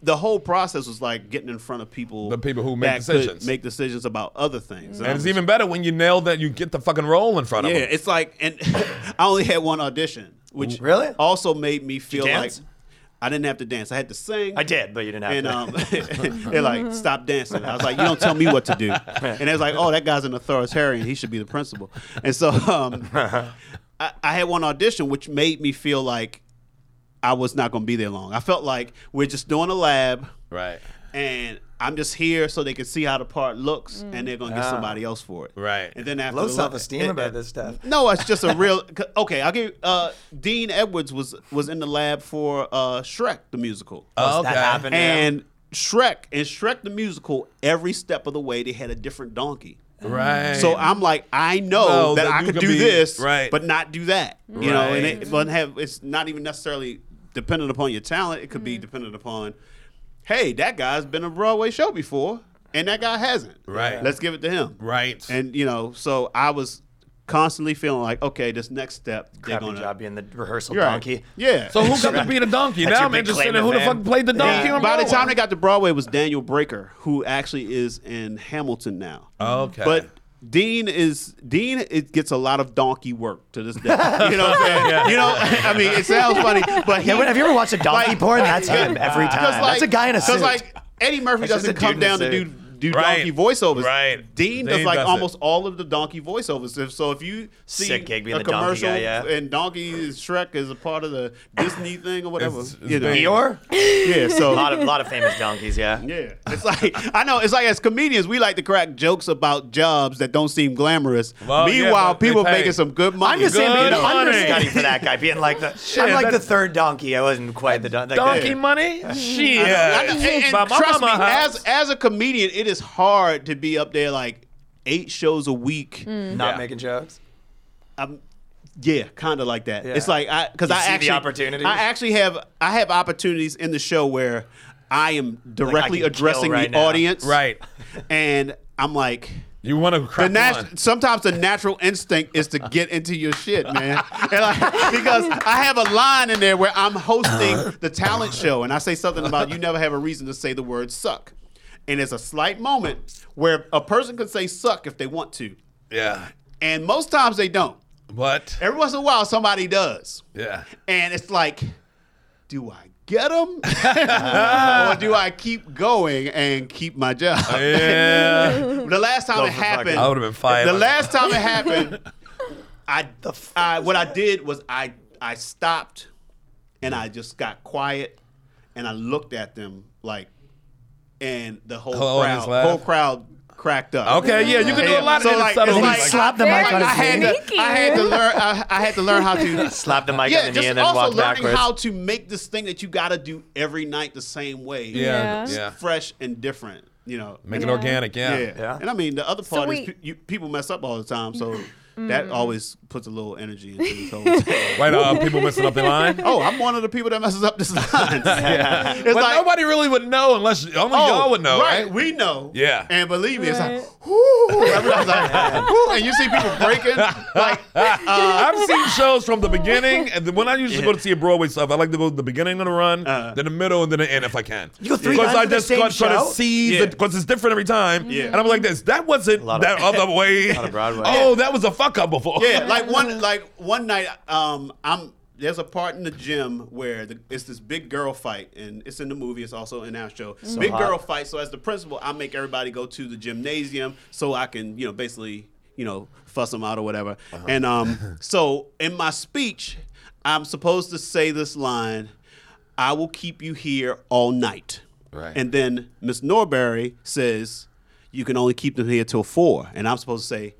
G: the whole process was like getting in front of people,
B: The people who make
G: that could
B: decisions.
G: make decisions about other things.
B: And it's even better when you nail that you get the fucking role in front
G: yeah,
B: of them.
G: it's like and I only had one audition, which
E: Really?
G: also made me feel like
E: dance?
G: I didn't have to dance. I had to sing.
E: I did, but you didn't have
G: And
E: to.
G: um, they're like, stop dancing. I was like, you don't tell me what to do. And they was like, oh, that guy's an authoritarian. He should be the principal. And so um, I, I had one audition, which made me feel like I was not going to be there long. I felt like we're just doing a lab,
B: Right.
G: and I'm just here so they can see how the part looks, and they're going to get somebody else for it.
B: Right.
G: And then after
E: Mm. Ah. Low
G: the la-
E: self esteem
G: it-
E: about
G: it-
E: this stuff.
G: no, it's just a real. Okay, I'll give. you- Uh, Dean Edwards was was in the lab for uh, Shrek the musical.
B: Oh,
E: That happened. to him?
G: And Shrek and Shrek the musical, every step of the way they had a different donkey.
B: Right.
G: So I'm like, I know
B: No,
G: that,
B: that
G: I
B: you
G: could
B: could
G: do
B: be-
G: this,
B: right.
G: but not do that. You know, and
B: Right.
G: it doesn't have. It's not even necessarily dependent upon your talent. It could
E: Mm-hmm.
G: be dependent upon, hey, that guy's been a Broadway show before, and that guy hasn't.
B: Right.
G: Let's give it to him.
B: Right.
G: And you know, so I was constantly feeling like, okay, this next step, they're
E: Crappy
G: gonna.
E: job being the rehearsal
G: You're right.
E: donkey.
G: Yeah.
B: So who got to be the donkey?
E: That's
B: now
E: your
B: I'm
E: big
B: interested
E: claim
B: in
E: to
B: who the
E: fame.
B: fuck played the donkey. on
G: By the
B: Broadway.
G: time they got to Broadway, it was Daniel Breaker, who actually is in Hamilton now.
B: Oh, Okay.
G: But Dean is Dean. It gets a lot of donkey work to this day. You know, what I'm saying? you know. I mean, it sounds funny, but he,
E: Yeah, but have you ever watched a donkey
G: Like-
E: porn? That's him every time. That's a guy in a suit.
G: Because like Eddie Murphy
E: That's just
G: doesn't
E: a dude
G: come
E: in a
G: down to do
E: suit.
G: do
B: Right.
G: donkey voiceovers.
B: Right.
G: Dean does
B: Dean
G: like
B: does it.
G: almost all of the donkey voiceovers. If, so if you see
E: Sick gig being
G: a
E: the donkey
G: commercial
E: guy, yeah.
G: and Donkey is Shrek is a part of the Disney thing or whatever,
B: It's- it's
G: you know.
B: big.
E: Eeyore?
G: Yeah. So
E: a lot of, lot of famous donkeys, yeah.
G: yeah, it's like I know. It's like as comedians, we like to crack jokes about jobs that don't seem glamorous.
B: Well, yeah,
G: Meanwhile,
B: but they
G: people
B: pay.
G: making some good money.
E: I'm just saying,
B: Good
E: being an
B: morning.
E: understudy for that guy, being like the, I'm like the
B: that's-
E: third donkey. I wasn't quite the don- like
B: donkey
E: the-
B: money? Shit.
G: I know, and, and
B: By my
G: trust me,
B: mama house.
G: as as a comedian, it is hard to be up there like eight shows a week.
E: not
B: Yeah.
E: making jokes.
G: I'm, yeah, kind of like that.
E: Yeah.
G: It's like I because
E: You
G: I
E: see the
G: actually
E: opportunities?
G: I actually have I have opportunities in the show where I am directly
E: can kill
G: addressing
E: right
G: the
E: now.
G: audience,
B: Right.
G: And I'm like.
B: You want to
G: The
B: crack
G: nat- sometimes the natural instinct is to get into your shit, man. And I- because I have a line in there where I'm hosting the talent show, and I say something about you never have a reason to say the word suck. And it's a slight moment where a person can say suck if they want to,
B: Yeah.
G: and most times they don't.
B: But
G: Every once in a while, somebody does,
B: yeah.
G: and it's like, do I get them, or do I keep going and keep my job?
B: Yeah.
G: The last time
E: Those
G: it
E: are fucking-
G: happened,
B: I would've been fired.
G: The last time it happened, I, I what I did was I I stopped, and I just got quiet, and I looked at them like, and the whole
B: Hello, and it's
G: crowd,
B: laugh.
G: whole crowd cracked up.
B: Okay, yeah, you can do a lot
G: so
B: in a
G: like,
B: subtle
G: it's
B: way.
G: like-
B: He
E: slapped the
G: like,
E: mic on
G: I
E: his
G: had
F: knee.
G: to, I had to learn. I, I had to learn how to
E: Slap the mic
G: yeah,
E: on the knee
G: just
E: and then
G: also
E: walk
G: learning
E: backwards.
G: how to make this thing that you got to do every night the same way.
B: Yeah.
F: Yeah.
B: Yeah.
G: fresh and different. You know,
B: Make it
F: Yeah.
B: organic. Yeah.
G: yeah. And I mean, the other part is
F: we-
G: pe- you, people mess up all the time, so that always puts a little energy into this whole thing.
B: Wait, uh, people messing up their line.
G: oh, I'm one of the people that messes up this line. yeah. It's
B: But nobody really would know unless only
G: Oh,
D: oh,
B: y'all would know, right?
G: We know.
B: Yeah.
G: And believe me, it's like,
F: Right.
G: whoo. Everybody's like, whoo. And you see people breaking. Like,
B: I've seen shows from the beginning, and then when I usually go to see a Broadway stuff, I like to go to the beginning of the run, then the middle, and then the end if I can.
E: Uh-huh. You go three
B: because
E: times
B: I
E: to the
B: just
E: same
B: got- try
E: show?
B: to see
G: Yeah.
B: because it's different every time.
G: Yeah.
B: And I'm like, this that wasn't
E: lot
B: that
E: of-
B: other way.
E: of Broadway.
B: Oh, that was a fuck up before.
G: yeah, like one like one night, um, I'm
D: there's a part in the gym where the, it's this big girl fight, and it's in the movie. It's also in our show. big
E: hot.
D: girl fight. So as the principal, I make everybody go to the gymnasium so I can, you know, basically, you know, fuss them out or whatever.
B: Uh-huh.
D: And um, so in my speech, I'm supposed to say this line: "I will keep you here all night."
B: Right.
D: And then Miss Norbury says, "You can only keep them here till four. and I'm supposed to say,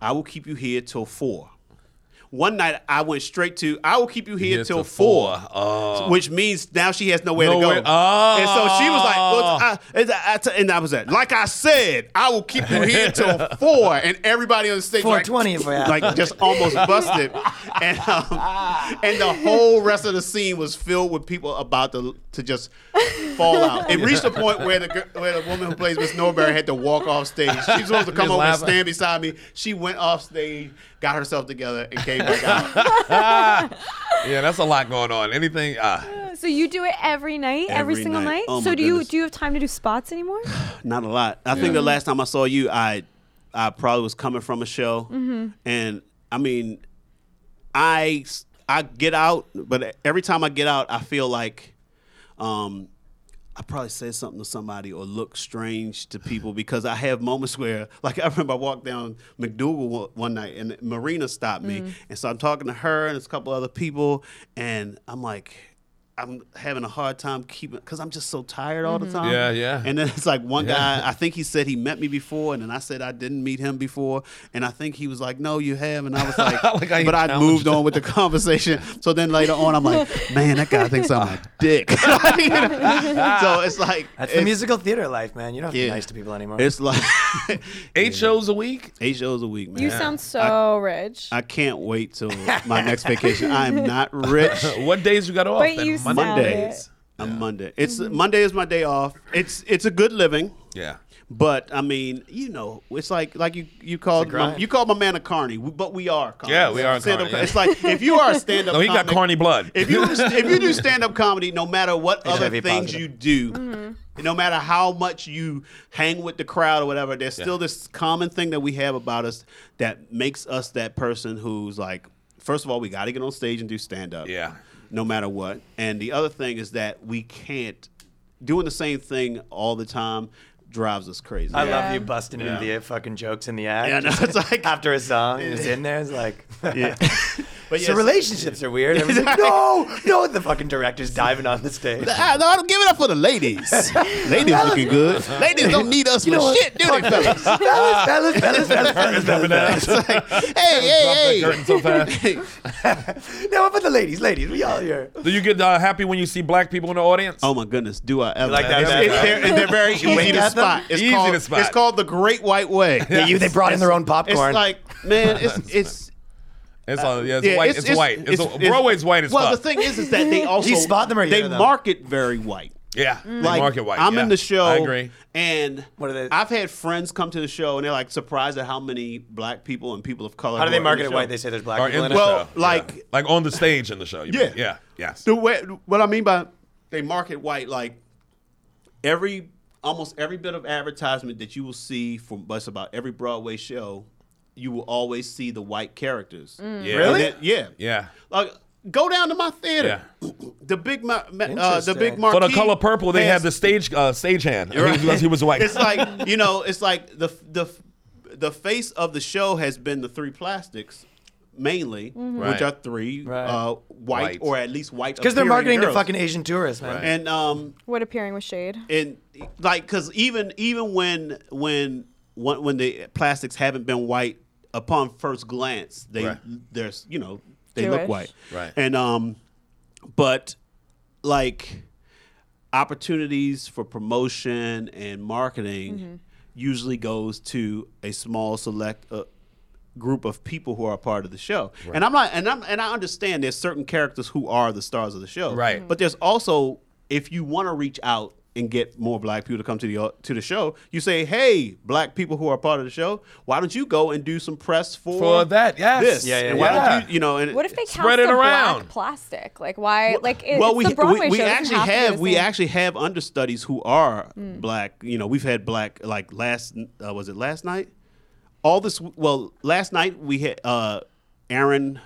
D: "I will keep you here till four. One night I went straight to I will keep you here
B: Here
D: till
B: till
D: four,
B: four. Oh.
D: which means now she has nowhere to go.
B: Nowhere- Oh.
D: And so she was like, well, I, it's- I, it's- and I was like, like I said, I will keep you here till four, and everybody on the stage like,
E: 420 if we have
D: like just almost busted, and um, and the whole rest of the scene was filled with people about to to just fall out. It reached a point where the gir- where the woman who plays Miss Norberry had to walk off stage. She was supposed to come
B: Just
D: over and
B: laughing.
D: stand beside me. She went off stage, got herself together, and came back out.
B: Yeah, that's a lot going on. Anything? Uh,
F: So you do it every night, every,
D: Every
F: single
D: night.
F: night.
D: Oh my
F: so do you
D: goodness.
F: do you have time to do spots anymore?
G: Not a lot. I think the last time I saw you, I I probably was coming from a show, and I mean, I s- I get out, but every time I get out, I feel like, um, I probably said something to somebody or looked strange to people because I have moments where, like, I remember I walked down McDougal one, one night and Marina stopped me, and so I'm talking to her and a couple other people, and I'm like. I'm having a hard time keeping because I'm just so tired all the time.
B: Yeah, yeah.
G: And then it's like one
B: Yeah.
G: guy, I think he said he met me before, and then I said I didn't meet him before, and I think he was like, "No, you have," and I was like,
B: Like how you
G: "But I
B: challenged
G: moved on with the conversation." So then later on, I'm like, "Man, that guy thinks I'm a dick." You know? so it's like
E: That's the
G: it's,
E: musical theater life, man. You don't have to
G: Yeah.
E: be nice to people anymore.
G: it's like
B: eight shows a week?
G: eight shows a week, man.
F: You sound so rich.
G: I can't wait till my next vacation. I am not rich.
B: What days you got off?
F: But
B: That Monday?
F: you sound-
G: Mondays. On Monday. It's Monday is my day off. It's it's a good living.
B: Yeah.
G: But I mean, you know, it's like like you you called my,
E: grind.
G: you called my man a carny, w- but we are carny.
B: Yeah, we are
G: Stand-up
B: carny, yeah.
G: It's like if you are a stand up.
B: No, Oh, he got carny blood.
G: If you if you do stand up comedy, no matter what other
E: HIV
G: things
E: positive.
G: you do, no matter how much you hang with the crowd or whatever, there's still this common thing that we have about us that makes us that person who's like, first of all, we got to get on stage and do stand up
B: Yeah.
G: no matter what. And the other thing is that we can't doing the same thing all the time drives us crazy.
E: I love you busting into the fucking jokes in the act.
G: Yeah, I know. It's like-
E: after a song, it's in there. It's like,
G: but
E: so relationships are weird. And it's like, no, no, the fucking director's diving on the stage.
G: I, no, I don't give it up for the ladies. ladies looking good. Ladies don't need us for shit, do they, fellas?
E: fellas, fellas, fellas, fellas, fellas, fellas, fellas.
G: hey, hey,
B: Drop
G: hey.
B: that curtain so fast.
E: No, but the ladies, ladies, we all here.
B: Do you get uh, happy when you see black people in the audience?
G: Oh my goodness, do I ever?
E: like that
G: It's-
E: back
G: it's-
E: up?
G: they're, and they're very easy
E: wink
G: to
E: at them?
G: spot. It's
B: Easy to
G: called,
B: spot.
G: It's called the Great White Way.
E: Yeah, you, they brought in their own
G: It's
E: popcorn.
G: like, man, it's it's
B: it's all, yeah, it's white. It's, white. It's, Broadway's white as
G: well,
B: fuck.
G: the thing is, is that they also
E: you spot them or you
G: they
E: hear them?
G: market very white.
B: yeah, they
G: Mm. like
B: market white.
G: I'm
B: yeah.
G: in the show.
B: I agree.
G: And
E: Mm. What are they-
G: I've had friends come to the show and they're like surprised at how many black people and people of color.
E: How do
G: were
E: they
G: in
E: market
G: the
E: it
G: show.
E: white? They say there's black
B: Or
E: people
B: in
E: in
B: the
E: it.
G: Well,
B: show.
G: like-
B: yeah. like on the stage in the show. You
G: Yeah.
B: mean. yeah, yes.
G: The way, what I mean by they market white, like every almost every bit of advertisement that you will see from us about every Broadway show, you will always see the white characters.
B: yeah.
G: And
E: Mm. Really?
G: then- yeah.
B: Yeah.
G: Like go down to my theater. The big ma- ma- uh, the big
E: Interesting.
G: marquee.
B: For the color purple, they had
G: has-
B: the stage uh, stagehand. I think He was, he was white.
G: It's like you know, it's like the the the face of the show has been the three plastics mainly, which
B: Right.
G: are three
E: Right.
G: uh,
B: White.
G: white or at least white
E: Because they're
G: appearing
E: marketing to
G: girls.
E: fucking Asian tourists, man.
G: and um
F: what appearing with shade?
G: and like because even even when when when when the plastics haven't been white upon first glance they
B: Right.
G: there's you know they look
F: Jewish.
G: white
B: Right.
G: and um but like opportunities for promotion and marketing
F: Mm-hmm.
G: usually goes to a small select uh, group of people who are a part of the show. And I'm not and I'm and I understand there's certain characters who are the stars of the show.
B: Right.
F: Mm-hmm.
B: Mhm.
G: But there's also if you want to reach out and get more black people to come to the uh, to the show, you say, "Hey, black people who are a part of the show, why don't you go and do some press for
B: For that, yes.
G: this?
E: Yeah, yeah,
G: and why
B: yeah.
G: don't you, you know, and
F: What if they cast
B: Spread it
F: the
B: around.
F: black plastic? Like why? Like it,
G: well,
F: it's
G: we,
F: the Broadway
G: we, we
F: show. It doesn't
G: actually
F: have, to be
G: have
F: the
G: we
F: same.
G: actually have understudies who are
F: Hmm.
G: black. You know, we've had black like last uh, was it last night? All this well, last night we had uh, Aaron,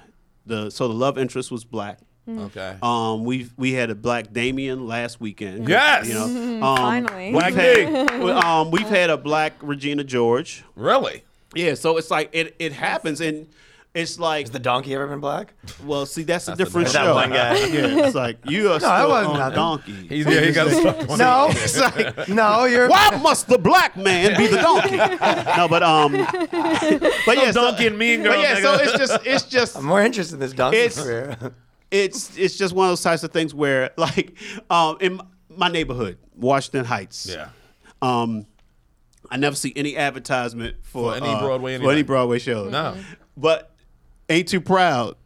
G: the so the love interest was black.
F: Hmm.
B: Okay.
G: Um, we we had a black Damien last weekend.
B: Yes!
G: you know, um,
F: finally.
B: Black
G: we've had, well, um, we've had a black Regina George.
B: really?
G: Yeah, so it's like it it happens, and it's like
E: Has the donkey ever been black?
G: well, see, that's, a different
E: Is
G: show.
E: that one guy?
G: yeah, it's like you are still
E: that wasn't
G: on
E: nothing.
G: donkey.
B: He's, yeah, he got stuck on
E: No,
B: it.
E: it's like, no, you're.
G: Why must the black man be the donkey? no, but um, but yeah, so,
B: Donkey and Mean
G: but
B: Girl,
G: yeah,
B: nigga.
G: so it's just it's just
E: I'm more interested in this donkey
G: It's-
E: career.
G: it's it's just one of those types of things where like um in my neighborhood, Washington Heights.
B: Yeah.
G: Um, I never see any advertisement for,
B: For any
G: uh,
B: Broadway
G: for any
B: anything.
G: Broadway show.
B: No.
G: but ain't too proud.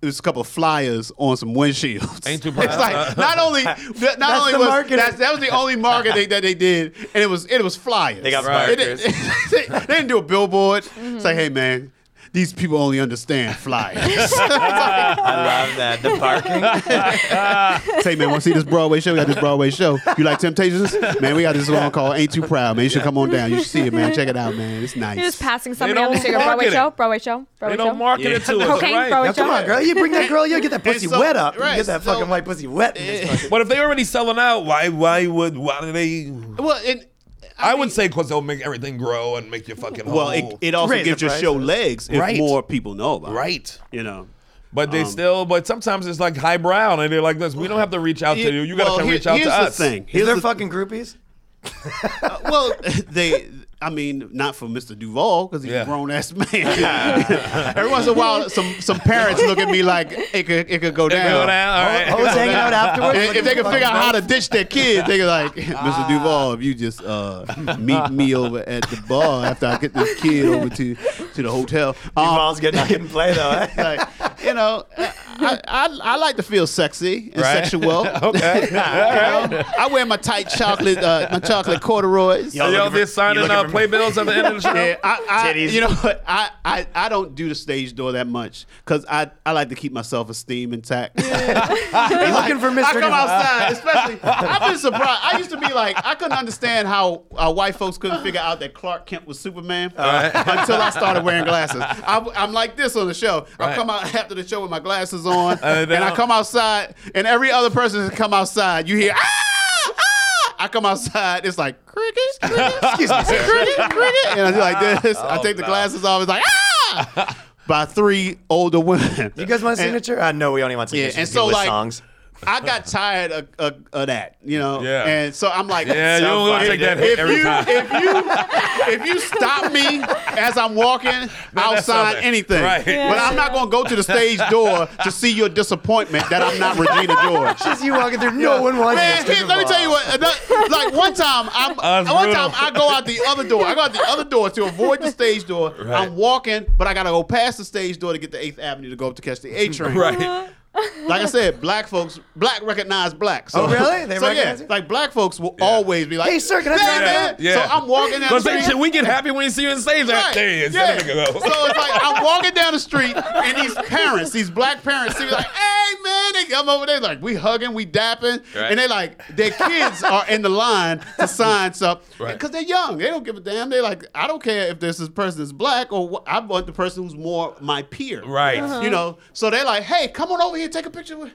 G: There's a couple of flyers on some windshields.
B: Ain't Too Proud.
G: It's like not only not only
E: the
G: was
E: marketing.
G: that's- that was the only marketing that they did, and it was it was flyers.
E: They got
G: They
B: markers.
G: didn't, they didn't do a billboard.
E: Mm-hmm.
G: It's like, hey man, these people only understand flyers.
E: I love that. The barking.
G: Say, man, want to see this Broadway show? We got this Broadway show. You like Temptations? Man, we got this song called Ain't Too Proud, man. You should come on down. You should see it, man. Check it out, man. It's nice.
F: You're just passing somebody on
B: don't
F: the street. Broadway
B: market it.
F: show, Broadway show, Broadway
B: They
F: show.
B: don't market it to us.
F: Cocaine,
B: right?
F: Broadway
E: Now, come on, girl. You bring that girl. You get that
G: And
E: pussy
G: so-
E: wet up. You
G: right,
E: get that
G: so-
E: fucking white pussy wet. In this fucking-
B: But if they already selling out, why why would why do they?
G: well, and,
B: I, would say because they'll make everything grow and make you fucking whole.
G: well, it, it also
E: Raise
G: gives
E: the
G: your show
E: prices.
G: legs if
B: Right.
G: more people know about it.
B: right.
G: You know.
B: But
G: Um,
B: they still. But sometimes it's like highbrow, and they're like this. We don't have to reach out to you. You gotta
G: Well,
B: come
G: here-
B: reach out
G: here's
B: to
G: the
B: us.
G: Thing.
E: Is
G: Here's
E: there
G: the- uh,
E: fucking groupies?
G: well, they. I mean, not for Mr. Duvall because he's
B: Yeah.
G: a grown ass man. Every once in a while, some some parents look at me like it could it could go down.
B: Go down, all right.
E: Hoes hanging out afterwards.
G: if, if they can figure out how to ditch their kids, they can like, Mr. Duval, if you just uh, meet me over at the bar after I get this kid over to to the hotel. Um,
E: Duval's getting getting play though. eh?
G: like, you know, I, I I like to feel sexy and
B: Right.
G: sexual.
B: Okay.
G: You know, I wear my tight chocolate uh, my chocolate corduroys.
E: Yo,
B: Are y'all
E: looking for-
B: just signing
E: you looking
B: uh,
E: for-
B: playbills at the end of the show?
G: Yeah, I, I
E: Titties.
G: you know, what? I, I, I don't do the stage door that much because I, I like to keep my self esteem intact.
E: You're looking for Mr.
G: I come
E: Duval.
G: outside, especially. I've been surprised. I used to be like, I couldn't understand how uh, white folks couldn't figure out that Clark Kent was Superman until I started wearing glasses. I, am like this on the show. I
B: Right.
G: come out after the show with my glasses on,
B: And
G: and,
B: they
G: I
B: don't-
G: come outside, and every other person that come outside, you hear ah. ah!" I come outside, it's like crickets, crickets, excuse me, cricket, cricket, and I do like this. I
B: Oh,
G: take the
B: no.
G: glasses off. It's like ah, by three older women.
E: You guys want a
G: And-
E: signature? I know we only want signatures.
G: and
E: to
G: so,
E: do with
G: like-
E: songs.
G: I got tired of, of, of that, you know.
B: Yeah.
G: And so I'm like,
B: Yeah, you don't wanna take that hit
G: if
B: every
G: you,
B: time.
G: If you if you stop me as I'm walking, I'll
B: that's
G: sign
B: something.
G: anything.
B: Right.
F: Yeah.
G: But I'm not gonna go to the stage door to see your disappointment that I'm not Regina George.
E: Just you walking through. No one wants
G: Man,
E: Mr.
G: here- let
E: Duval.
G: me tell you what. another- Like one time, I'm
B: That's
G: one
B: brutal.
G: time I go out the other door. I go out the other door to avoid the stage door. I'm walking, but I gotta go past the stage door to get to Eighth Avenue to go up to catch the A train
B: Right.
G: like I said, black folks, black recognize black. So,
E: Oh, really? They
G: so yeah,
E: recognize it?
G: like black folks will always be like,
E: Hey, sir, can I
G: "Yeah,
E: drive
G: man."
B: Yeah.
G: So I'm walking down the
B: But they,
G: street.
B: should we get happy when you see you on stage. Like,
G: Right.
B: there he is.
G: Yeah.
B: There we go.
G: So it's like I'm walking down the street and these parents, these black parents, see me like, hey man, they come over there like we hugging, we dapping,
B: Right.
G: and they like their kids are in the line to sign stuff because
B: Right.
G: they're young, they don't give a damn. They like I don't care if this is person is black or wh- I want the person who's more my peer,
B: Right. Uh-huh.
G: You know, so they're like, hey, come on over here, take a picture with.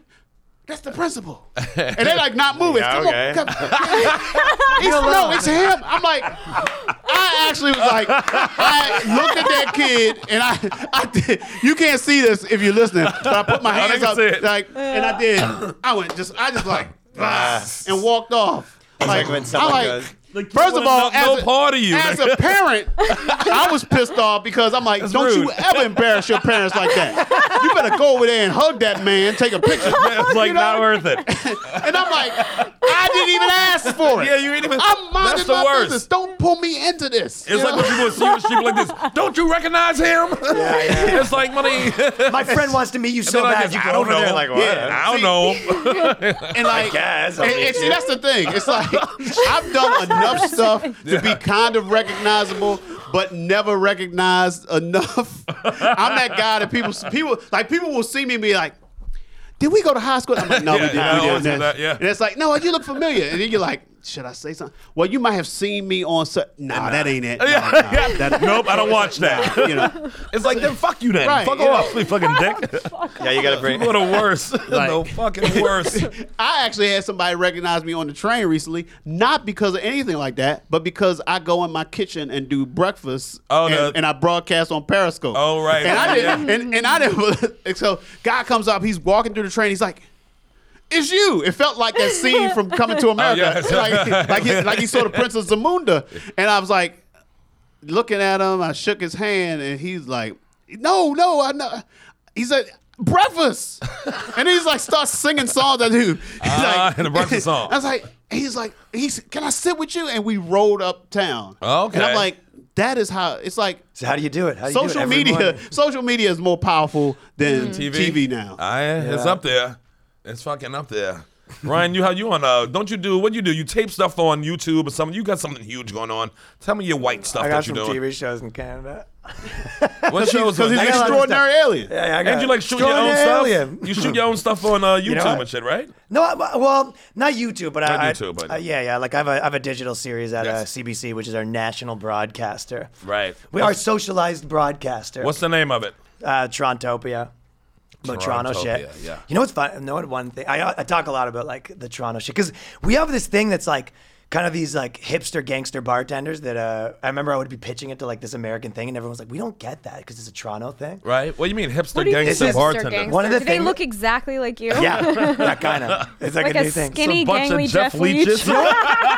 G: That's the principal, and they like not moving. come
E: okay.
G: on, come. He's, no, it's him. I'm like, I actually was like, I looked at that kid and I, I did, you can't see this if you're listening, but I put my
B: I
G: hands
B: can
G: up
B: see it.
G: like, and I did. I went just, I just like, and walked off. Like,
E: when
G: I'm
E: someone
G: like,
E: goes-
G: first of
B: wanna
G: all,
B: know-
G: as
B: know
G: a,
B: part of you,
G: as
B: nigga.
G: a parent, I was pissed off because I'm like, don't you
B: rude.
G: ever embarrass your parents like that. You better go over there and hug that man, take a picture.
B: It's like
G: You know?
B: not worth it.
G: And I'm like, I didn't even ask for it.
B: Yeah, you ain't even-
G: I'm minding
B: That's the
G: my
B: worst.
G: business. Don't pull me into this.
B: It's
G: You
B: like
G: know?
B: when people see you on the street like this. Don't you recognize him? it's like money.
E: My friend wants to meet you so bad. You go
B: I don't
E: over
B: know.
E: there like, what?
B: I don't know.
G: and like,
E: guess, I
G: and-
E: mean-
G: and see, that's the thing. It's like I've done enough stuff to be kind of recognizable, but never recognized enough. I'm that guy that people people like people will see me and be like. Did we go to high school? I'm like, no,
B: Yeah,
G: we didn't.
B: yeah, I
G: we
B: always
G: didn't.
B: do that, yeah.
G: And it's like, no, you look familiar. And then you're like, should I say something? Well, you might have seen me on. So- nah, that ain't it. Nah,
B: Yeah,
G: nah,
B: yeah.
G: that-
B: nope, I don't watch that.
G: you know,
B: It's like then fuck you then.
G: Right,
B: fuck
G: you
B: off, you fucking dick.
E: Yeah, you gotta bring.
B: People are the worst. the fucking worst.
G: I actually had somebody recognize me on the train recently, not because of anything like that, but because I go in my kitchen and do breakfast,
B: Oh,
G: and,
B: no.
G: and I broadcast on Periscope.
B: Oh, right.
G: And I
B: Yeah.
G: didn't. And, and I didn't. and so guy comes up, he's walking through the train, he's like. It's you. It felt like that scene from Coming
B: Oh,
G: to America,
B: yes.
G: like, like, he, like he saw the Princess Zamunda, and I was like, looking at him. I shook his hand, and he's like, "No, no, I know." He said, "Breakfast," and he's like, starts singing songs I do. He's
B: Ah,
G: like,
B: the breakfast song.
G: I was like, he's like, he's, "Can I sit with you?" And we rolled uptown.
B: Okay.
G: And I'm like, that is how it's like.
E: So how do you do it? How do you do it
G: Social
E: every
G: media,
E: morning? Mm-hmm.
G: social media is more powerful than TV, now.
E: Uh,
B: I, It's up there. It's fucking up there. Ryan, you how you on? Uh, don't you do what you do? You tape stuff on YouTube or something. You got something huge going on. Tell me your white stuff
E: I got
B: that you
E: some
B: doing.
E: TV shows in Canada.
B: What shows?
G: Because he's an
B: Nice
E: got a lot
B: Draw-
E: of
G: extraordinary alien.
E: Yeah, yeah, I got
B: and you like shoot your own stuff.
E: Alien.
B: You shoot your own stuff on uh, YouTube
E: know what?
B: and shit, right?
E: No, I, well, not YouTube, but
B: Not
E: I,
B: YouTube, but-
E: I, uh, yeah, yeah. Like I have a, I have a digital series at
B: Yes.
E: uh, CBC, which is our national broadcaster.
B: Right.
E: We are socialized broadcaster.
B: What's the name of it?
E: uh, Torontopia. But Toronto shit.
B: Torontopia, yeah.
E: You know what's fun? You know what one thing I, I talk a lot about like the Toronto shit because we have this thing that's like kind of these like hipster gangster bartenders that uh, I remember I would be pitching it to like this American thing and everyone's like we don't get that because it's a Toronto thing.
B: Right. What do you mean hipster
F: What do you
B: gangster
E: This is-
B: bartender?
F: gangster?
E: One of the
F: Do they
E: thing-
F: look exactly like you?
E: Yeah, yeah, kind of. It's like,
F: Like
E: a,
F: a
E: new thing.
F: skinny- Any
B: bunch
F: gangly
B: of Jeff
F: Jeff Leach.
B: Leeches.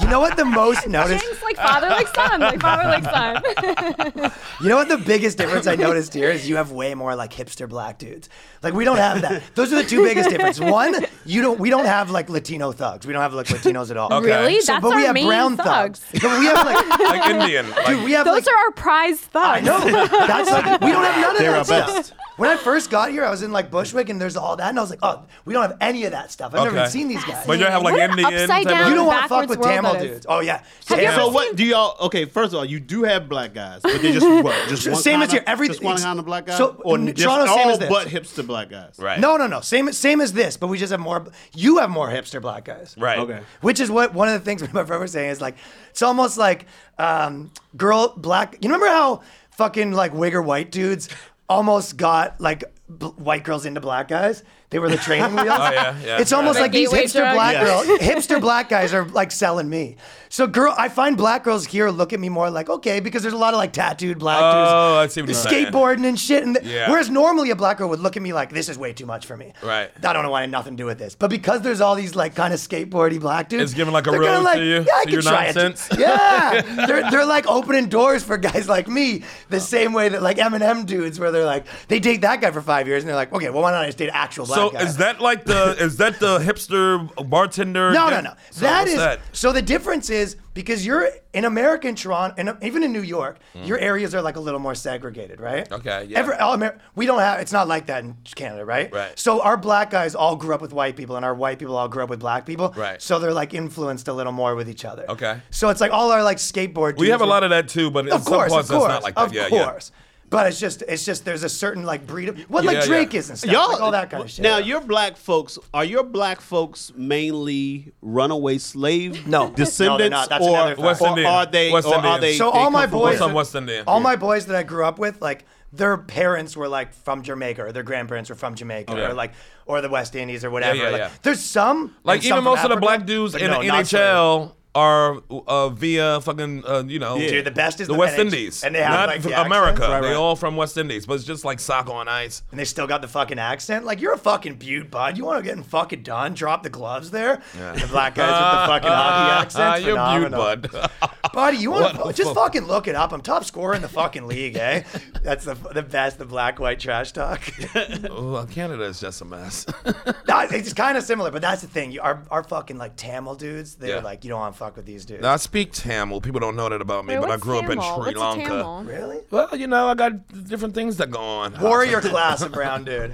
E: you know what the most noticed?
F: Jinx, like father, like son, like father, like son.
E: You know what the biggest difference I noticed here is you have way more like hipster black dudes. Like we don't have that. Those are the two biggest differences. One, you don't. We don't have like Latino thugs. We don't have like Latinos at all.
B: Okay.
F: Really?
E: So,
F: That's
E: but
F: our
E: we have
F: main
E: brown
F: thugs.
E: thugs. But we have like,
B: like Indian.
E: dude,
B: like-
E: we have
F: Those
E: like,
F: are our prize
E: I
F: thugs.
E: know. That's like we don't have none of
G: They're
E: that
G: our
E: stuff.
G: best.
E: When I first got here, I was in like Bushwick, and there's all that, and I was like, oh, we don't have any of that stuff. I've never
B: Okay.
E: even seen these guys.
B: But you have like
F: What an
B: Indian.
F: upside
B: type of-
F: down-
E: you don't want to fuck
F: backwards
E: with
F: world
E: Tamil
F: that is.
E: dudes. Oh yeah.
F: Have you
E: Tamil-
F: ever
G: So
F: seen-
G: what do y'all? Okay, first of all, you do have black guys, but they just what? Just one
E: Same
G: kind
E: as here,
G: of-
E: everything-
G: Just one kind of black guy.
E: so,
G: or
E: n-
G: just
E: Toronto,
G: all
E: same as this.
G: but hipster black guys.
B: Right.
E: No, no, no. Same same as this, but we just have more. You have more hipster black guys.
B: Right.
G: Okay.
E: Which is what one of the things my friend was saying is like, it's almost like um, girl black. You remember how fucking like wig or white dudes almost got like bl- white girls into black guys? They were the training wheels. oh,
B: yeah, yeah.
E: It's almost
F: The
E: like these
F: gateway
E: hipster
F: drug.
E: black
G: Yeah.
E: girls, hipster black guys are like selling me. So girl, I find black girls here look at me more like okay because there's a lot of like tattooed black
B: Oh, I
E: dudes
B: see what you're saying.
E: skateboarding and shit. And th-
B: Yeah.
E: whereas normally a black girl would look at me like this is way too much for me.
B: Right.
E: I don't know why I had nothing to do with this. But because there's all these like kind of skateboardy black dudes.
B: It's giving, like, a
E: they're kinda
B: road to you,
E: Yeah,
B: to
E: I can
B: your
E: try it."
B: nonsense."
E: Yeah. they're, they're like opening doors for guys like me the same way that like Eminem dudes where they're like, they date that guy for five years and they're like, okay, well, why don't I just date an actual black
B: So
E: guy?
B: is that like the is that the hipster bartender?
E: No, no, no.
B: So
E: that
B: what's
E: is so. The difference is because you're in America and Toronto, and uh, even in New York, your areas are like a little more segregated, right?
B: Hmm. Okay, yeah.
E: Every, all Amer- we don't have. It's not like that in Canada, right?
B: Right.
E: So our black guys all grew up with white people, and our white people all grew up with black people.
B: Right.
E: So they're like influenced a little more with each other.
B: Okay.
E: So it's like all our like skateboard.
B: We have a lot of that too, but in
E: Of
B: some
E: course,
B: parts
E: of course,
B: that's not like that.
E: of
B: yeah, yeah.
E: course. But it's just, it's just, there's a certain like breed of what
B: Yeah,
E: like
B: yeah.
E: Drake is and stuff,
G: Y'all,
E: like all that kind of shit.
G: Now, your black folks are your black folks mainly runaway slave
E: No. No, they're
G: descendants,
E: not. That's
G: or,
E: another fact.
B: West
G: or
B: Indian.
G: are they?
B: West
G: or are
B: Indian.
G: they?
E: So
G: they
E: all
G: come
E: my
G: from-
E: boys,
B: What's up, West Indian?
E: all my boys that I grew up with, like their parents were like from Jamaica, or their grandparents were from Jamaica,
B: Okay.
E: or like or the West Indies or whatever.
B: yeah,
E: like,
B: yeah.
E: There's some and
B: Like
E: some
B: even
E: from
B: most of the
E: Africa,
B: black dudes
E: but
B: in
E: no,
B: the
E: not so.
B: NHL are uh, via fucking uh, you know
E: Dude, the best is
B: the
E: the
B: West
E: NH
B: Indies
E: and they have,
B: not
E: like, the
B: from America.
E: accents. Right,
B: They
E: right.
B: all from West Indies, but it's just like soccer on ice.
E: and they still got the fucking accent. Like you're a fucking butte, bud. You want to get fucking done? Drop the gloves there. The black guys with the fucking hockey
B: Ah,
E: accent.
B: you're beaut,
E: phenomenal.
B: bud.
E: Buddy, you want
B: What the
E: to just
B: fuck?
E: fucking look it up. I'm top scorer in the fucking league, eh? That's the the best, the black white trash talk.
B: Well, Oh, Canada is just a mess.
E: No, it's- it's kind of similar, but that's the thing. You, our our fucking like Tamil dudes, they're
B: Yeah.
E: like, you don't want to fuck with these dudes.
B: now, I speak Tamil. People don't know that about me,
F: Wait,
B: but I
F: what's
B: grew up in
F: Tamil?
B: Sri
F: What's a
B: Lanka.
F: Tamil?
E: Really?
B: Well, you know, I got different things that go on.
E: Warrior class of brown dude.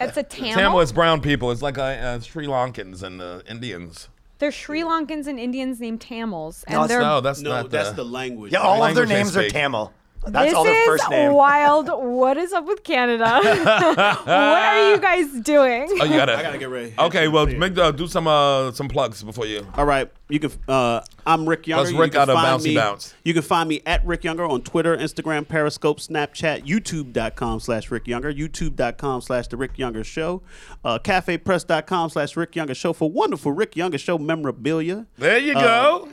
F: That's a Tamil.
B: Tamil is brown people. It's like uh, uh, Sri Lankans and uh, Indians.
F: They're Sri Lankans and Indians named Tamils, and
E: it's
F: they're
B: No, that's
G: No,
B: not. uh,
G: that's
B: the-
G: the language.
E: Yeah, all of their
B: Language they
E: names are
B: speak.
E: Tamil. That's
F: this
E: all their
F: is
E: first name.
F: wild. What is up with Canada? what are you guys doing?
B: Oh, you gotta.
G: I gotta get ready.
B: Okay, well, make uh, do some uh, some plugs before you.
G: All right, you can. Uh, I'm Rick Younger.
B: Let's Rick
G: you
B: out
G: can
B: of
G: find
B: Bouncy
G: me-
B: Bounce.
G: You can find me at Rick Younger on Twitter, Instagram, Periscope, Snapchat, YouTube.com slash Rick Younger, YouTube.com slash The Rick Younger Show, uh, CafePress.com slash Rick Younger Show for wonderful Rick Younger Show memorabilia.
B: There you go.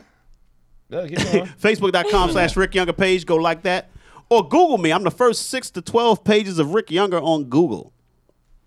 B: Yeah, keep going.
G: Facebook.com slash Rick Younger page. Go like that. Or Google me. I'm the first six to 12 pages of Rick Younger on Google.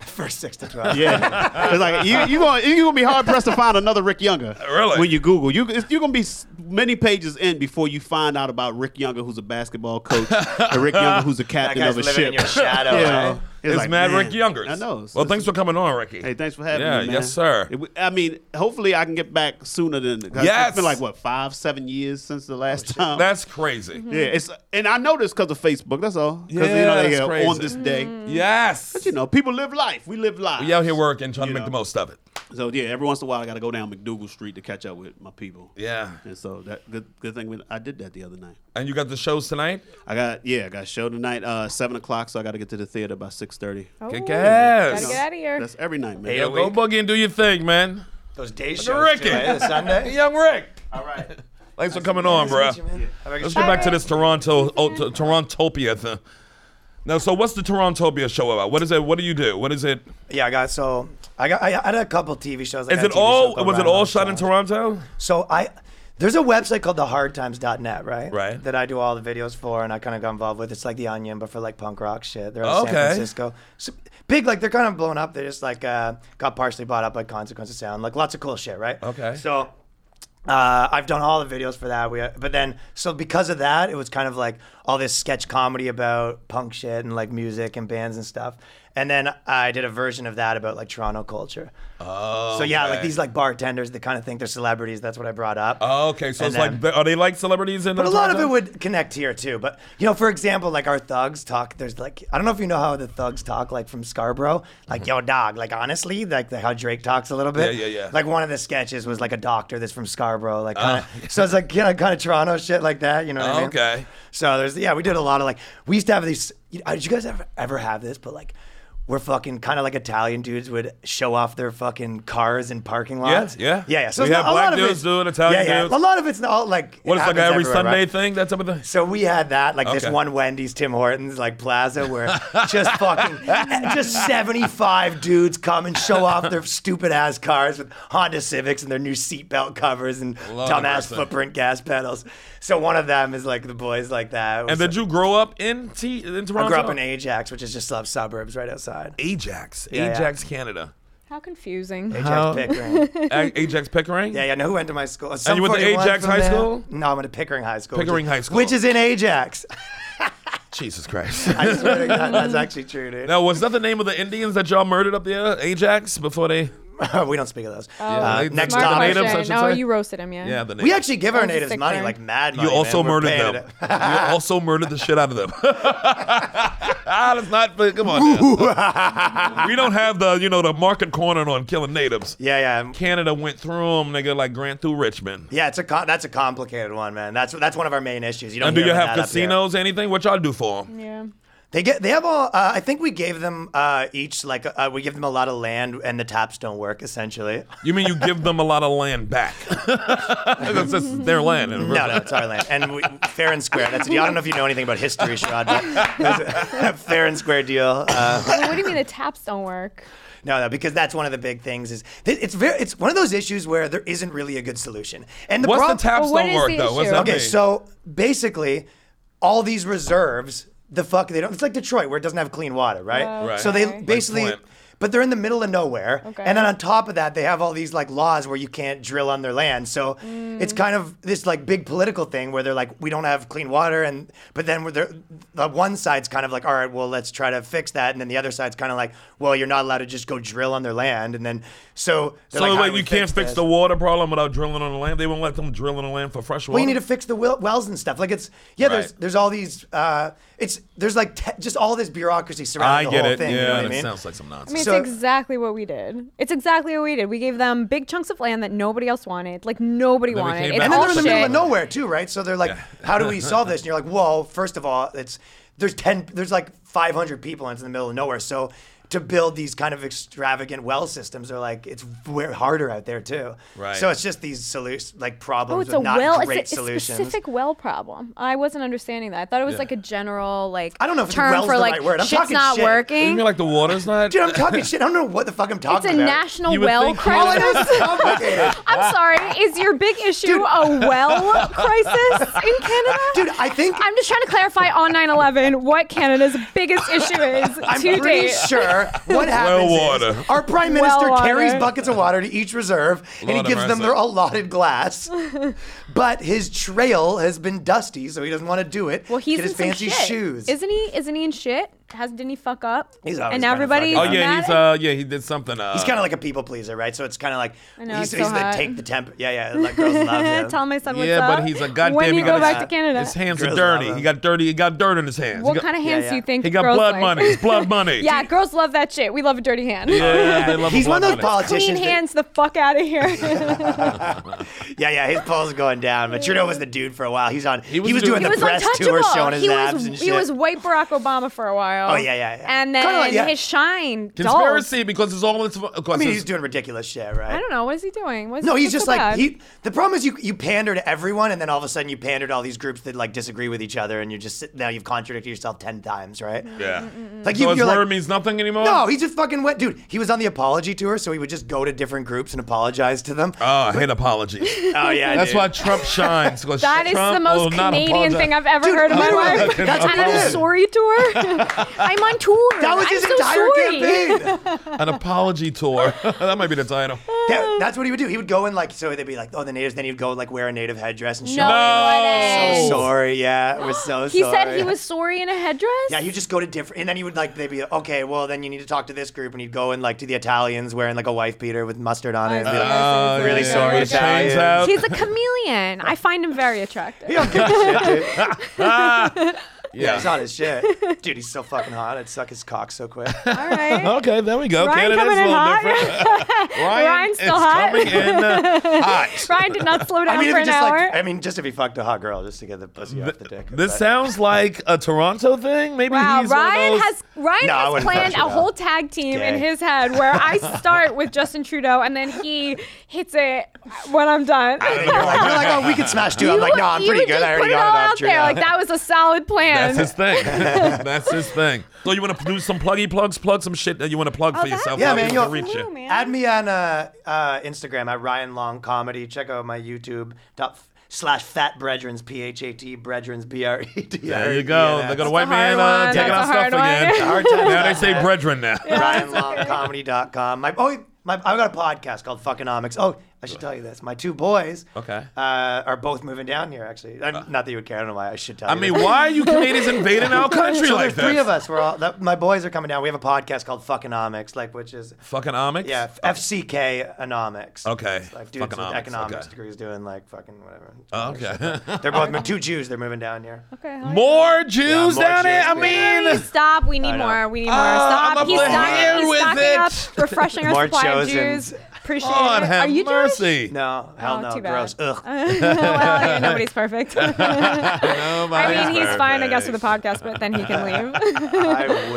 E: First six to twelve.
G: Yeah, it's like you you gonna you gonna be hard pressed to find another Rick Younger.
B: Really?
G: When you Google, you it's- you gonna be s- many pages in before you find out about Rick Younger, who's a basketball coach, and Rick Younger, who's a
E: That
G: captain
E: guy's
G: of a
E: living
G: ship.
E: in your shadow.
G: Yeah.
E: right?
B: It's
G: like,
B: Mad
G: man,
B: Rick Youngers.
G: I know. It's-
B: Well,
G: it's-
B: thanks for coming on, Ricky.
G: Hey, thanks for having
B: Yeah,
G: me, man.
B: yes, sir.
G: It w- I mean, hopefully, I can get back sooner than. 'cause
B: Yes. Oh,
G: It's been like what five, seven years since the last time.
B: That's crazy.
G: yeah, it's and I know this because of Facebook. That's all. 'Cause,
B: Yeah,
G: you know, they
B: that's
G: go,
B: crazy.
G: on this day.
F: Mm-hmm.
B: Yes.
G: You know, people live life. We live life.
B: We out here working, trying to make
G: know.
B: the most of it.
G: So yeah, every once in a while I gotta go down McDougal Street to catch up with my people.
B: Yeah.
G: And so that good good thing we, I did that the other night.
B: And you got the shows tonight?
G: I got yeah, I got a show tonight, uh seven o'clock, so I gotta get to the theater by six thirty.
B: Kick
F: Oh,
B: ass.
F: Gotta get out of here.
G: That's every night, man.
E: Eight
B: Yeah,
E: a
B: go
E: week.
B: boogie and do your thing, man.
E: Those day shows.
B: Ricky.
E: too, right? The Sunday.
B: Young Rick.
G: All right.
B: Thanks for coming on, bro.
E: Nice to meet you, man. Have a good
B: Let's
E: show.
B: get back to
F: Rick.
B: this Toronto, oh, t- Torontopia thing. Now, so what's the Torontopia show about? What is it? What do you do? What is it?
E: Yeah, I got so I got I had a couple TV shows. I
B: Is
E: got a
B: it
E: TV show
B: all?
E: called
B: Was it
E: Round
B: all
E: Rock
B: shot in
E: Stars.
B: Toronto?
E: So I there's a website called thehardtimes.net, right?
B: Right.
E: That I do all the videos for and I kind of got involved with. It's like the Onion, but for like punk rock shit. They're out of
B: Oh, Okay.
E: San Francisco. So big, like they're kind of blown up. They just like uh, got partially bought up by Consequence of Sound. Like lots of cool shit, right?
B: Okay.
E: So uh, I've done all the videos for that. We, but then, so because of that, it was kind of like all this sketch comedy about punk shit and like music and bands and stuff. And then I did a version of that about like Toronto culture. Oh. So yeah, like
B: okay.
E: these like bartenders that kind of think they're celebrities. That's what I brought up.
B: Oh, okay, so
E: And
B: it's
E: then-
B: like, are they like celebrities in?
E: But a lot of
B: Toronto?
E: it would connect here too. But you know, for example, like our thugs talk. There's like I don't know if you know how the thugs talk, like from Scarborough, like yo dog. Like honestly, like the, how Drake talks a little bit.
B: Yeah, yeah, yeah.
E: Like one of the sketches was like a doctor that's from Scarborough, like kind of. So it's like you know, kind of Toronto shit like that. You know what I mean?
B: Oh. Okay.
E: So there's yeah, we did a lot of like we used to have these. you- uh, Did you guys ever ever have this? But like. We're fucking kind of like Italian dudes would show off their fucking cars in parking lots.
B: yeah.
E: yeah, yeah. So
B: We
E: it's
B: have
E: not- a
B: black
E: lot of
B: dudes
E: it's-
B: do it, Italian
E: yeah, yeah.
B: dudes.
E: A lot of it's not like it
B: What is like
E: happens
B: every
E: everywhere,
B: Sunday
E: right?
B: thing? That type of thing.
E: So we had that, like this
B: Okay.
E: one Wendy's, Tim Hortons, like Plaza, where just fucking, just 75 dudes come and show off their stupid ass cars with Honda Civics and their new seatbelt covers and
B: Love
E: dumbass
B: that.
E: footprint gas pedals. So one of them is like the boys like that.
B: And did you grow up in T in Toronto?
E: I grew up in Ajax, which is just love suburbs right outside.
B: Ajax,
E: yeah.
B: Ajax, Canada.
F: How confusing.
B: Oh.
E: Ajax Pickering.
B: A- Ajax Pickering.
E: Yeah, yeah, know who went to my school? Some
B: you went to
E: 41
B: Ajax
E: from
B: High
E: there.
B: School?
E: No, I went to Pickering High School. which
B: Pickering
E: is-
B: High School.
E: Which is in Ajax.
B: Jesus Christ.
E: I swear to God, that's actually true, dude.
B: now, was that the name of the Indians that y'all murdered up there, Ajax, before they?
E: we don't speak of those.
F: Oh.
B: Yeah,
E: uh,
B: they-
E: next
B: Smart
E: topic.
B: question. natives, I should
F: No,
B: say.
F: Oh, you roasted him, yeah.
B: Yeah, the name.
E: We actually give our
F: was a
E: natives
F: sick
E: money,
F: thing.
E: like mad money.
B: you also
E: man. We're
B: murdered
E: paying
B: them. you also murdered the shit out of them. ah, that's not. Come on. now. we don't have the you know the market corner on killing natives.
E: Yeah, yeah,
B: Canada went through them, nigga, like Grant through Richmond.
E: yeah. It's a com- that's a complicated one, man. That's that's one of our main issues. You don't.
B: And do
E: hear
B: you
E: about
B: have
E: that up here.
B: casinos, anything? What y'all do for them?
F: Yeah.
E: They get they have all. Uh, I think we gave them uh, each like uh, we give them a lot of land, and the taps don't work essentially.
B: You mean you give them a lot of land back? that's, that's their land. in a
E: No,
B: real-
E: no, it's our land, and we, fair and square. That's. I don't know if you know anything about history, Sherrod, but there's a fair and square deal. Uh,
F: Well, what do you mean the taps don't work?
E: No, no, because that's one of the big things. Is th- it's very it's one of those issues where there isn't really a good solution. And the
B: What's
E: problem,
B: the taps
F: Well, what
B: don't
F: is
B: work
F: the
B: though? What's
F: issue?
B: that
E: Okay,
B: mean?
E: so basically, all these reserves, the fuck they don't. It's like Detroit, where it doesn't have clean water, right?
B: Right.
E: So they
F: okay. Like
E: basically.
B: Flint.
E: but they're in the middle of nowhere,
F: Okay.
E: and then on top of that, they have all these like laws where you can't drill on their land. So
F: Mm.
E: it's kind of this like big political thing where they're like, we don't have clean water, and but then we're there- the one side's kind of like, all right, well let's try to fix that, and then the other side's kind of like, well you're not allowed to just go drill on their land, and then so they're
B: So
E: like, how
B: wait,
E: do we
B: you can't fix
E: this?
B: the water problem without drilling on the land. They won't let them drill on the land for fresh water.
E: Well, you need to fix the wel- wells and stuff. Like it's yeah, there's
B: Right.
E: there's all these uh, it's there's like te- just all this bureaucracy surrounding
B: I
E: the
B: get
E: whole
B: it.
E: thing. you
B: yeah,
E: know what
B: that
E: I mean?
B: sounds like some nonsense.
F: I mean,
E: so-
F: exactly what we did. It's exactly what we did. We gave them big chunks of land that nobody else wanted. Like nobody
B: Then we
F: wanted.
B: came
F: It's
B: back.
E: and then
F: all
E: they're in the middle
F: shit.
E: of nowhere too, right? So they're like, "How do we solve this?" And you're like, "Well, first of all, it's there's ten, there's like 500 people, and it's in the middle of nowhere. So to build these kind of extravagant well systems, are like it's way harder out there too.
B: Right.
E: So it's just these solutions, like problems
F: Oh, it's
E: with
F: a
E: not
F: well. It's a,
E: great
F: it's
E: solutions.
F: specific well problem. I wasn't understanding that. I thought it was like a general like
E: I don't know if it's
F: term
E: well's
F: for
E: the
F: like
E: right word. I'm
F: shit's
E: talking
F: not
E: shit.
B: You
F: working.
B: mean like the water's not?
E: Dude, I'm talking shit. I don't know what the fuck I'm
F: it's
E: talking
F: a
E: about.
F: national
B: You would
F: well
B: think you would-
F: crisis.
E: Complicated.
F: I'm sorry. Is your big issue a well crisis in Canada?
E: Dude, I think
F: I'm just trying to clarify on 9/11 what Canada's biggest issue is
E: I'm
F: to
E: pretty
F: date.
E: sure what happens
B: water.
E: is our prime
F: Well
E: minister
F: water.
E: carries buckets of water to each reserve and he
B: Lord have
E: gives them
B: mercy.
E: their allotted glass. but his trail has been dusty, so he doesn't want to do it.
F: Well, he's
E: Get his
F: in some
E: fancy
F: shit.
E: shoes.
F: Isn't he? Isn't he in shit? Has didn't he fuck up?
E: He's always
F: and now
E: kinda fucking
F: everybody's
B: Oh
E: up.
B: yeah,
F: mad
B: he's
F: at-
B: uh yeah he did something. Uh,
E: he's kind of like a people pleaser, right? So it's kind of like
F: know,
E: he's,
F: it's so
E: he's the
F: hot.
E: take the temp. Yeah, yeah. Like girls love him.
F: Tell my son what's
B: uh, yeah,
F: up.
B: but he's a goddamn.
F: When
B: he
F: you go
B: got his-
F: back to Canada,
B: his hands are
E: Girls
B: dirty.
E: love
B: He
E: him.
B: got dirty. He got dirt in his hands. he
F: what
B: got,
F: kind of hands do
E: yeah.
F: you think?
B: He got
F: girls
B: blood
F: like?
B: money. It's blood money.
F: yeah, girls love that shit. We love a dirty hand.
B: yeah, yeah, they love
E: he's
B: a
E: one
B: blood
E: of those
B: money.
E: politicians.
F: Clean
E: that-
F: hands the fuck out of here.
E: yeah, yeah, his polls going down. But Trudeau was the dude for a while. He's on. He was,
B: was the
E: doing
B: dude.
E: the
F: he was
E: press
F: untouchable.
E: tour, showing his
F: he
E: abs
F: was
E: and shit.
F: he was white Barack Obama for a while.
E: Oh, yeah, yeah, yeah.
F: And then
E: Kinda like- yeah.
F: his shine. dulled.
B: Conspiracy because it's all. It's, of course,
E: I mean,
B: it's-
E: he's doing ridiculous shit, right?
F: I don't know. What is he doing? What is
E: No,
F: he
E: he's
F: so
E: just like
F: bad?
E: he. The problem is you you pander to everyone, and then all of a sudden you pander to all these groups that like disagree with each other, and you're just sit- now you've contradicted yourself ten times, right?
B: yeah.
E: Mm-hmm. Like you,
B: So his
E: you're
B: word
E: like.
B: means nothing anymore.
E: No, he just fucking went, dude. He was on the apology tour, so he would just go to different groups and apologize to them.
B: Oh, I hate apologies.
E: oh yeah,
B: That's
E: dude.
B: why Trump shines. because
F: That is
B: Trump
F: the
B: will
F: most
B: not
F: Canadian thing
B: apologize.
F: I've ever
E: Dude,
F: heard in my
E: literally,
F: life.
E: that's what
F: I'm
E: it is.
F: sorry tour. I'm on tour.
E: That was
F: I'm
E: his
F: so
E: entire
F: sorry.
E: campaign.
B: An apology tour. that might be the title.
F: Oh,
E: That- that's what he would do. He would go in like, so they'd be like, oh, the natives. Then he'd go like wear a native headdress and show.
F: No,
E: them.
F: he
E: So
F: wouldn't.
E: sorry, yeah, we're so
F: He
E: sorry.
F: said he was sorry in a headdress.
E: Yeah, you just go to different, and then you would like they'd be okay. Well, then you need to talk to this group, and you'd go in like to the Italians wearing like a wife beater with mustard on it. And be like,
B: Uh,
E: Really
B: yeah,
E: sorry,
B: with chains
E: Italians.
B: out.
F: He's a chameleon. I find him very attractive.
E: "You don't give a shit, dude.
B: Uh, yeah.
E: He's on his shit, dude. He's so fucking hot. I'd suck his cock so quick.
F: All right.
B: Okay, there we go.
F: Ryan
B: Canada's
F: coming
B: a
F: in
B: little
F: hot.
B: different. Ryan
F: Ryan's still
B: is
F: hot.
B: coming in uh, hot.
F: Ryan did not slow down
E: I mean, if
F: for
E: he
F: an
E: just
F: hour.
E: like, I mean, just if he fucked a hot girl, just to get the pussy off the dick.
B: This
E: But-
B: sounds like a Toronto thing. Maybe
F: Wow,
B: he's
F: Ryan
B: one of those,
F: has Ryan
E: No, I
F: has
E: wouldn't
F: planned
E: touch it,
F: a
E: no.
F: whole tag team
E: Gay.
F: in his head where I start with Justin Trudeau and then he hits it when I'm done.
E: You're like, you're like, oh, we could smash too. I'm like, no, I'm
F: you
E: pretty
F: would
E: good.
F: just
E: I already
F: put it
E: got
F: all
E: enough.
F: out there. Like that was a solid plan.
B: That's his thing. That's his thing. So you want to do some pluggy plugs, plug some shit that you want to plug for
F: that-
B: yourself.
E: Yeah,
B: how
E: man,
B: people can
E: yo-
B: reach you.
E: Add me on uh, uh, Instagram at Ryan Long Comedy. Check out my YouTube dot f- slash Fat Brethren's P H A T Brethren's B R E D.
B: There you go. They got a white man
F: hard
B: uh,
F: one.
B: taking out
F: That's a
B: stuff
F: hard one.
B: again.
E: Hard times
B: Now they
E: out
B: say
E: there.
B: brethren now.
E: RyanLongComedy.com. My oh, my I've got a podcast called Fuckingomics. Oh, I should tell you this. My two boys,
B: Okay. Uh.
E: uh, are both moving down here. Actually, I'm, not that you would care. I don't know why I should tell.
B: I
E: you
B: mean,
E: this.
B: why are you Canadians invading our country
E: So
B: like
E: there's three
B: this?
E: of us. We're all that, my boys are coming down. We have a podcast called Fuckingomics, like which is
B: Fucking omics.
E: yeah F C K Anomics.
B: Okay.
E: It's like dudes
B: Fuckinomics,
E: with economics
B: okay. Oh.
E: degrees doing like fucking whatever.
B: Okay.
E: They're both two Jews. They're moving down here.
F: Okay, hi.
B: More Jews
E: more
B: down here.
E: Jews,
B: I
E: man.
B: mean,
F: Stop. We need
E: know.
F: more. We need more.
B: Ah,
F: Stop.
B: I'm
F: he's
B: up in here
F: stocking, he's
B: with
F: stocking
B: it.
F: up, refreshing our
E: More
F: supply of
E: Chosens.
F: Jews. Appreciate
B: God
F: it.
B: have
F: Are you Jewish?
B: mercy.
E: No, hell
F: Oh,
E: no,
F: too bad.
E: gross. Ugh.
F: well, yeah, nobody's perfect. I
B: Nobody's
F: mean, he's fine, I
B: perfect.
F: guess, for the podcast, but then he can leave.
E: I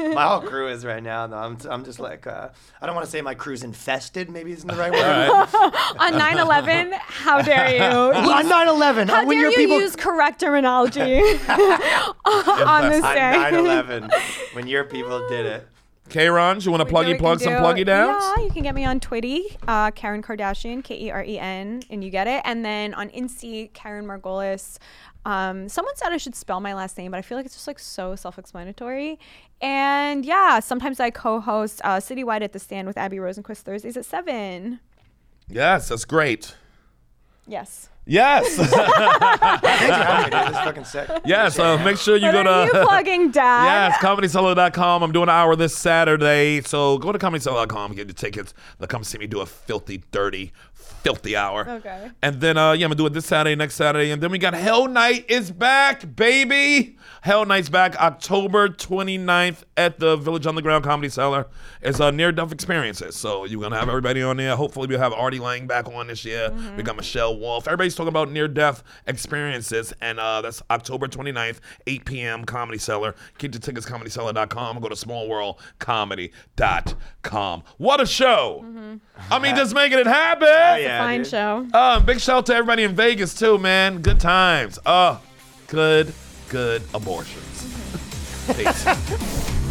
E: wish my whole crew is right now. Though I'm, I'm just like, uh, I don't want to say my crew's infested. Maybe isn't the right word.
F: On 9 11, how dare you?
E: On 9/11,
F: How
E: when your
F: dare you
E: people
F: use correct terminology on this
E: on
F: day?
E: 9/11, when your people did it.
B: K-Ron, you want to
F: You know what
B: pluggy
F: you
B: plug
F: can
B: some
F: do?
B: pluggy downs?
F: Yeah, you can get me on Twitty, uh, Karen Kardashian, K E R E N, and you get it. And then on Insta, Karen Margolis. Um, someone said I should spell my last name, but I feel like it's just like so self-explanatory. And yeah, sometimes I co-host uh, Citywide at the Stand with Abby Rosenquist Thursdays at seven.
B: Yes, that's great.
F: Yes.
H: Yes.
E: Thank you. How do you do? This is fucking sick.
H: yes. Uh, make sure you
F: What
H: go
F: are
H: to.
F: you plugging, Dad?
H: Yes, comedyseller.com. I'm doing an hour this Saturday. So go to comedyseller.com, get your tickets. They'll come see me do a filthy, dirty, filthy hour.
F: Okay.
H: And then, uh, yeah, I'm going to do it this Saturday, next Saturday. And then we got Hell Night is back, baby. Hell Night's back October 29th at the Village Underground Comedy Cellar. It's a near death experiences. So you're going to have everybody on there. Hopefully, we'll have Artie Lang back on this year. We got Michelle Wolf. Everybody's talking about near death experiences. And uh, that's October 29th, 8 p.m. Comedy Cellar. Get your tickets, comedyseller.com. Go to smallworldcomedy.com. What a show!
F: Mm-hmm.
H: I mean, just making it happen.
F: Fine show.
H: Uh, big shout out to everybody in Vegas too, man. Good times. Uh, good, good abortions. Peace.